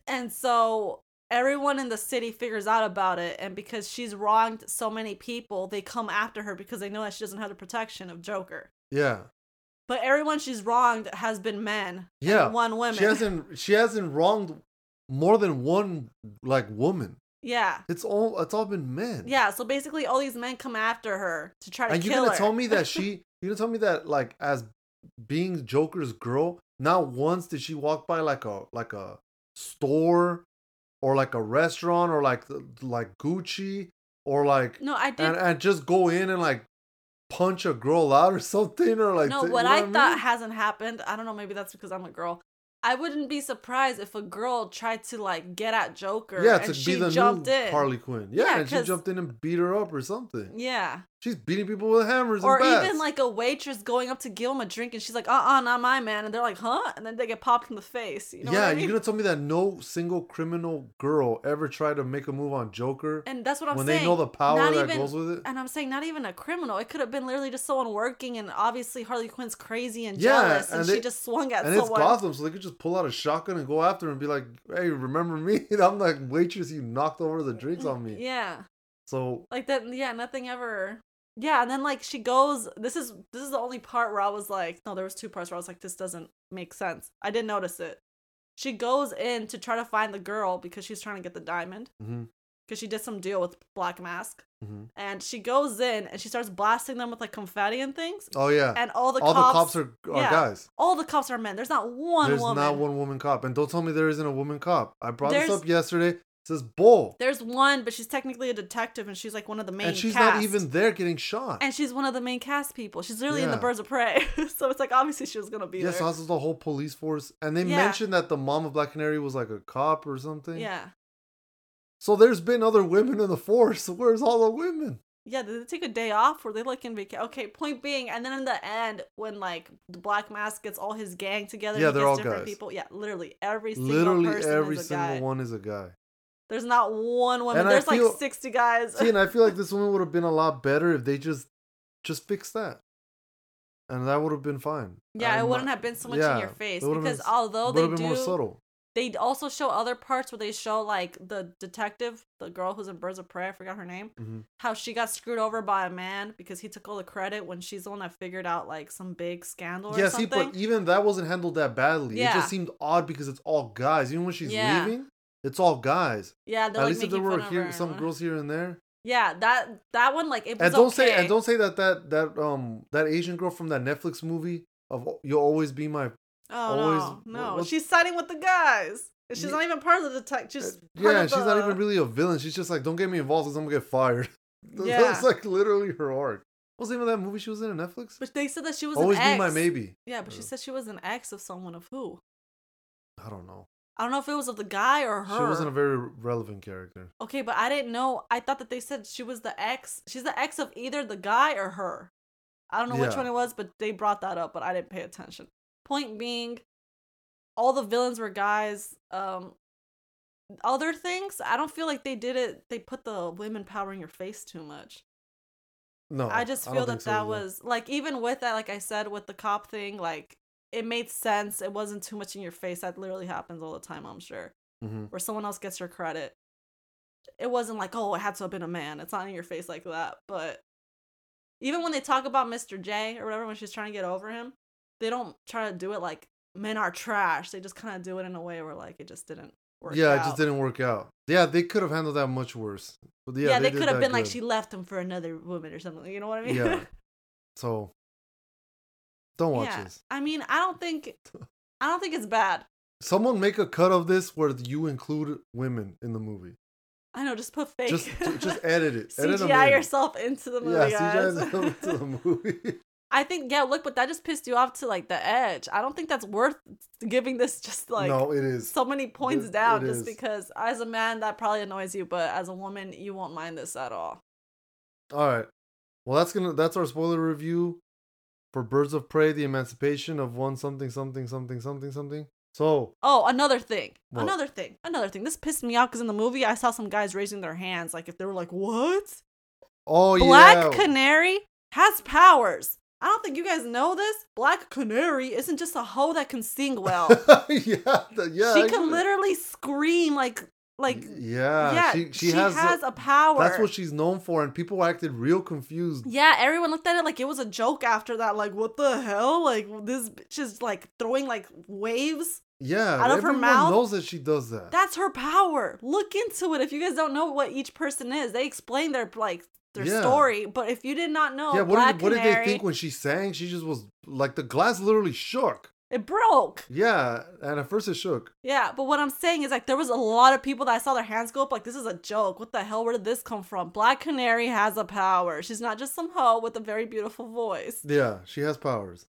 [SPEAKER 1] and so everyone in the city figures out about it. And because she's wronged so many people, they come after her because they know that she doesn't have the protection of Joker.
[SPEAKER 2] Yeah,
[SPEAKER 1] But everyone she's wronged has been men.
[SPEAKER 2] Yeah,
[SPEAKER 1] And one woman.
[SPEAKER 2] she hasn't she hasn't wronged more than one like woman.
[SPEAKER 1] yeah.
[SPEAKER 2] It's all it's all been men.
[SPEAKER 1] Yeah. So basically, all these men come after her to try to
[SPEAKER 2] and you're
[SPEAKER 1] kill
[SPEAKER 2] gonna
[SPEAKER 1] her.
[SPEAKER 2] tell me that she you're gonna tell me that like as being Joker's girl, not once did she walk by like a like a store or like a restaurant or like like Gucci or like
[SPEAKER 1] no, I did.
[SPEAKER 2] and, and just go in and like punch a girl out or something or like
[SPEAKER 1] no,
[SPEAKER 2] t-
[SPEAKER 1] what,
[SPEAKER 2] you know
[SPEAKER 1] I
[SPEAKER 2] mean?
[SPEAKER 1] thought hasn't happened. I don't know. Maybe that's because I'm a girl. I wouldn't be surprised if a girl tried to like get at Joker.
[SPEAKER 2] yeah
[SPEAKER 1] and
[SPEAKER 2] to
[SPEAKER 1] she
[SPEAKER 2] be the
[SPEAKER 1] jumped
[SPEAKER 2] new
[SPEAKER 1] in.
[SPEAKER 2] Harley Quinn yeah,
[SPEAKER 1] Yeah,
[SPEAKER 2] and she
[SPEAKER 1] 'cause-
[SPEAKER 2] jumped in and beat her up or something
[SPEAKER 1] Yeah.
[SPEAKER 2] She's beating people with hammers
[SPEAKER 1] Or
[SPEAKER 2] and bats.
[SPEAKER 1] even like a waitress going up to give him a drink and she's like, uh uh not my man. And they're like, huh? And then they get popped in the face. You know
[SPEAKER 2] yeah,
[SPEAKER 1] what I
[SPEAKER 2] you're
[SPEAKER 1] mean?
[SPEAKER 2] gonna tell me that no single criminal girl ever tried to make a move on Joker
[SPEAKER 1] and that's what I'm
[SPEAKER 2] when
[SPEAKER 1] saying.
[SPEAKER 2] they know the power
[SPEAKER 1] Not
[SPEAKER 2] that
[SPEAKER 1] even-
[SPEAKER 2] goes with it.
[SPEAKER 1] And I'm saying not even a criminal. It could have been literally just someone working, and obviously Harley Quinn's crazy and
[SPEAKER 2] Yeah,
[SPEAKER 1] jealous, and,
[SPEAKER 2] and
[SPEAKER 1] she
[SPEAKER 2] it-
[SPEAKER 1] just swung at
[SPEAKER 2] And it's
[SPEAKER 1] someone.
[SPEAKER 2] Gotham, so they could just pull out a shotgun and go after him and be like, "Hey, remember me? I'm like waitress. You knocked over the drinks on me."
[SPEAKER 1] Mm, Yeah,
[SPEAKER 2] So
[SPEAKER 1] like that. Yeah, nothing ever. Yeah, and then like she goes. This is this is the only part where I was like, no, there was two parts where I was like, this doesn't make sense. I didn't notice it. She goes in to try to find the girl because she's trying to get the diamond
[SPEAKER 2] mhm,
[SPEAKER 1] because she did some deal with Black Mask,
[SPEAKER 2] mhm.
[SPEAKER 1] and she goes in and she starts blasting them with like confetti and things,
[SPEAKER 2] oh yeah,
[SPEAKER 1] and all the
[SPEAKER 2] all
[SPEAKER 1] cops,
[SPEAKER 2] the cops are, are
[SPEAKER 1] yeah.
[SPEAKER 2] guys.
[SPEAKER 1] all the cops are men. There's not one
[SPEAKER 2] There's
[SPEAKER 1] woman.
[SPEAKER 2] not one woman cop, and don't tell me there isn't a woman cop. I brought this
[SPEAKER 1] There's-
[SPEAKER 2] up yesterday. It says bull,
[SPEAKER 1] There's one, but she's technically a detective, and she's like one of the main.
[SPEAKER 2] and she's
[SPEAKER 1] cast.
[SPEAKER 2] not even there getting shot.
[SPEAKER 1] And she's one of the main cast people. She's literally in the
[SPEAKER 2] Yeah.
[SPEAKER 1] Birds of Prey, so it's like obviously she was gonna be
[SPEAKER 2] yes,
[SPEAKER 1] there.
[SPEAKER 2] also the whole police force, and they
[SPEAKER 1] Yeah.
[SPEAKER 2] mentioned that the mom of Black Canary was like a cop or something.
[SPEAKER 1] yeah,
[SPEAKER 2] So there's been other women in the force. Where's all the women?
[SPEAKER 1] yeah. Did they take a day off? Were they like in vacation? Okay. Point being, and then in the end, when like the Black Mask gets all his gang together,
[SPEAKER 2] Yeah,
[SPEAKER 1] he
[SPEAKER 2] they're
[SPEAKER 1] gets
[SPEAKER 2] all
[SPEAKER 1] different
[SPEAKER 2] guys.
[SPEAKER 1] people. Yeah, literally every single
[SPEAKER 2] Literally
[SPEAKER 1] person
[SPEAKER 2] every
[SPEAKER 1] is a
[SPEAKER 2] single
[SPEAKER 1] guy.
[SPEAKER 2] one is a guy.
[SPEAKER 1] There's not one woman.
[SPEAKER 2] And I
[SPEAKER 1] There's
[SPEAKER 2] feel-
[SPEAKER 1] like sixty guys.
[SPEAKER 2] See, and I feel like this woman would have been a lot better if they just just fixed that, and that would have been fine.
[SPEAKER 1] yeah, it
[SPEAKER 2] I'm
[SPEAKER 1] wouldn't
[SPEAKER 2] not-
[SPEAKER 1] have been so much
[SPEAKER 2] yeah,
[SPEAKER 1] in your face
[SPEAKER 2] it would've
[SPEAKER 1] because
[SPEAKER 2] been-
[SPEAKER 1] although
[SPEAKER 2] would
[SPEAKER 1] they
[SPEAKER 2] have been
[SPEAKER 1] do,
[SPEAKER 2] more subtle.
[SPEAKER 1] they also show other parts where they show like the detective, the girl who's in Birds of Prey, I forgot her name,
[SPEAKER 2] Mhm.
[SPEAKER 1] how she got screwed over by a man because he took all the credit when she's the one that figured out like some big scandal
[SPEAKER 2] Yeah,
[SPEAKER 1] or
[SPEAKER 2] see,
[SPEAKER 1] something.
[SPEAKER 2] but even that wasn't handled that badly. It
[SPEAKER 1] Yeah.
[SPEAKER 2] just seemed odd because it's all guys. Even when she's
[SPEAKER 1] Yeah.
[SPEAKER 2] leaving, it's all guys.
[SPEAKER 1] yeah, they're
[SPEAKER 2] At
[SPEAKER 1] like
[SPEAKER 2] least if there
[SPEAKER 1] making
[SPEAKER 2] were
[SPEAKER 1] fun of her
[SPEAKER 2] here,
[SPEAKER 1] and
[SPEAKER 2] some
[SPEAKER 1] what-
[SPEAKER 2] girls here and there.
[SPEAKER 1] Yeah, that that one like it was
[SPEAKER 2] And don't
[SPEAKER 1] okay.
[SPEAKER 2] say and don't say that that that um that Asian girl from that Netflix movie of You'll Always Be My
[SPEAKER 1] oh
[SPEAKER 2] always-
[SPEAKER 1] no, no,
[SPEAKER 2] what's-
[SPEAKER 1] she's siding with the guys. And She's
[SPEAKER 2] Ye-
[SPEAKER 1] not even part of the detective. She's part
[SPEAKER 2] uh, yeah,
[SPEAKER 1] of
[SPEAKER 2] she's not
[SPEAKER 1] the-
[SPEAKER 2] even really a villain. She's just like, don't get me involved because I'm gonna get fired. That's
[SPEAKER 1] Yeah.
[SPEAKER 2] like literally her arc. What was the name of that movie she was in on Netflix?
[SPEAKER 1] But they said that she was
[SPEAKER 2] Always
[SPEAKER 1] an
[SPEAKER 2] be
[SPEAKER 1] ex.
[SPEAKER 2] my Uh. maybe.
[SPEAKER 1] Yeah, but she said she was an ex of someone of who?
[SPEAKER 2] I don't know.
[SPEAKER 1] I don't know if it was of the guy or her.
[SPEAKER 2] She wasn't a very relevant character.
[SPEAKER 1] Okay, but I didn't know. I thought that they said she was the ex. She's the ex of either the guy or her. I don't know which
[SPEAKER 2] Yeah.
[SPEAKER 1] one it was, but they brought that up, but I didn't pay attention. Point being, all the villains were guys. Um, other things, I don't feel like they did it. They put the women power in your face too much.
[SPEAKER 2] No,
[SPEAKER 1] I just
[SPEAKER 2] Oh, don't
[SPEAKER 1] feel
[SPEAKER 2] think
[SPEAKER 1] that
[SPEAKER 2] so
[SPEAKER 1] that
[SPEAKER 2] either.
[SPEAKER 1] was like even with that, like I said, with the cop thing, like it made sense. It wasn't too much in your face. That literally happens all the time, I'm sure
[SPEAKER 2] Mhm.
[SPEAKER 1] where someone else gets your credit. It wasn't like, oh, it had to have been a man. It's not in your face like that. But even when they talk about Mr. J or whatever, when she's trying to get over him, they don't try to do it like men are trash. They just kind of do it in a way where like it just didn't work.
[SPEAKER 2] Yeah, it
[SPEAKER 1] out.
[SPEAKER 2] just didn't work out. Yeah, they could have handled that much worse. But yeah,
[SPEAKER 1] Yeah, they,
[SPEAKER 2] did
[SPEAKER 1] could have
[SPEAKER 2] that
[SPEAKER 1] been like
[SPEAKER 2] good.
[SPEAKER 1] she left him for another woman or something. You know what I mean?
[SPEAKER 2] Yeah. So don't watch
[SPEAKER 1] Yeah.
[SPEAKER 2] this.
[SPEAKER 1] I mean, I don't think, I don't think it's bad.
[SPEAKER 2] Someone make a cut of this where you include women in the movie.
[SPEAKER 1] I know, just put fake.
[SPEAKER 2] Just just edit it. Edit 'em
[SPEAKER 1] CGI
[SPEAKER 2] in.
[SPEAKER 1] yourself into the movie, guys.
[SPEAKER 2] CGI them into the movie.
[SPEAKER 1] I think yeah, look, but that just pissed you off to like the edge. I don't think that's worth giving this just like
[SPEAKER 2] no, it is.
[SPEAKER 1] so many points
[SPEAKER 2] It-
[SPEAKER 1] down
[SPEAKER 2] it
[SPEAKER 1] just
[SPEAKER 2] is.
[SPEAKER 1] because as a man that probably annoys you, but as a woman you won't mind this at all.
[SPEAKER 2] All right. Well, that's gonna that's our spoiler review for Birds of Prey: The Emancipation of One Something Something Something Something Something. So
[SPEAKER 1] Oh, another thing.
[SPEAKER 2] What?
[SPEAKER 1] Another thing. Another thing. This pissed me off because in the movie I saw some guys raising their hands like if they were like, "What?
[SPEAKER 2] oh yeah,
[SPEAKER 1] Black Canary has powers." I don't think you guys know this. Black Canary isn't just a hoe that can sing well.
[SPEAKER 2] yeah, the- yeah.
[SPEAKER 1] she
[SPEAKER 2] I
[SPEAKER 1] can
[SPEAKER 2] get it.
[SPEAKER 1] literally scream like like
[SPEAKER 2] yeah,
[SPEAKER 1] yeah,
[SPEAKER 2] She she, has,
[SPEAKER 1] a, power.
[SPEAKER 2] that's what she's known for, and people acted real confused.
[SPEAKER 1] Yeah, everyone looked at it like it was a joke after that. Like, what the hell? Like, this bitch is like throwing like waves.
[SPEAKER 2] Yeah,
[SPEAKER 1] Out of her
[SPEAKER 2] everyone
[SPEAKER 1] mouth?
[SPEAKER 2] knows that she does that.
[SPEAKER 1] That's her power. Look into it. If you guys don't know what each person is, they explain their like their
[SPEAKER 2] Yeah.
[SPEAKER 1] story. But if you did not know,
[SPEAKER 2] yeah, what,
[SPEAKER 1] Black
[SPEAKER 2] did, what did
[SPEAKER 1] Canary,
[SPEAKER 2] they think when she sang? She just was like the glass literally shook.
[SPEAKER 1] it broke.
[SPEAKER 2] Yeah, and at first it shook.
[SPEAKER 1] Yeah, but what I'm saying is like there was a lot of people that I saw their hands go up like this is a joke. What the hell? Where did this come from? Black Canary has a power. She's not just some hoe with a very beautiful voice.
[SPEAKER 2] Yeah, she has powers.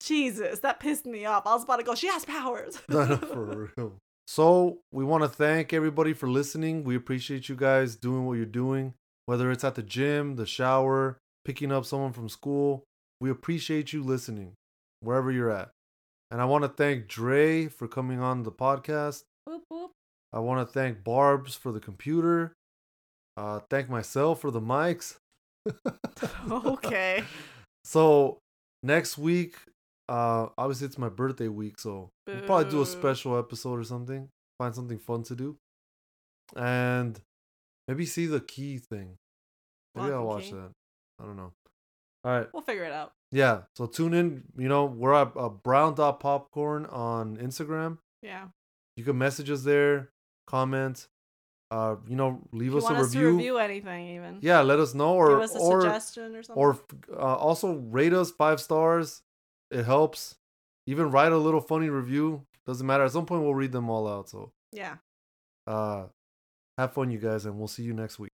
[SPEAKER 1] Jesus, that pissed me off. I was about to go, she has powers.
[SPEAKER 2] No, no, for real. So we want to thank everybody for listening. We appreciate you guys doing what you're doing, whether it's at the gym, the shower, picking up someone from school. We appreciate you listening wherever you're at. And I want to thank Dre for coming on the podcast.
[SPEAKER 1] Whoop, whoop.
[SPEAKER 2] I want to thank Barb's for the computer. Uh, thank myself for the mics.
[SPEAKER 1] Okay.
[SPEAKER 2] So next week, uh, obviously it's my birthday week, so we'll probably do
[SPEAKER 1] Boo.
[SPEAKER 2] a special episode or something. Find something fun to do, and maybe see the key thing. Maybe
[SPEAKER 1] Lock
[SPEAKER 2] I'll
[SPEAKER 1] and
[SPEAKER 2] watch
[SPEAKER 1] key.
[SPEAKER 2] that. I don't know. All right,
[SPEAKER 1] we'll figure it out.
[SPEAKER 2] yeah. So tune in. You know, we're at uh, Brown Dot Popcorn on Instagram.
[SPEAKER 1] Yeah.
[SPEAKER 2] You can message us there, comment. Uh, you know, leave
[SPEAKER 1] if
[SPEAKER 2] us
[SPEAKER 1] you want
[SPEAKER 2] a
[SPEAKER 1] us
[SPEAKER 2] review.
[SPEAKER 1] to review anything, even.
[SPEAKER 2] Yeah, let us know or
[SPEAKER 1] Give us a
[SPEAKER 2] or
[SPEAKER 1] suggestion or something.
[SPEAKER 2] or uh, also rate us five stars. It helps. Even write a little funny review. Doesn't matter. At some point, we'll read them all out. So
[SPEAKER 1] yeah.
[SPEAKER 2] uh, have fun, you guys, and we'll see you next week.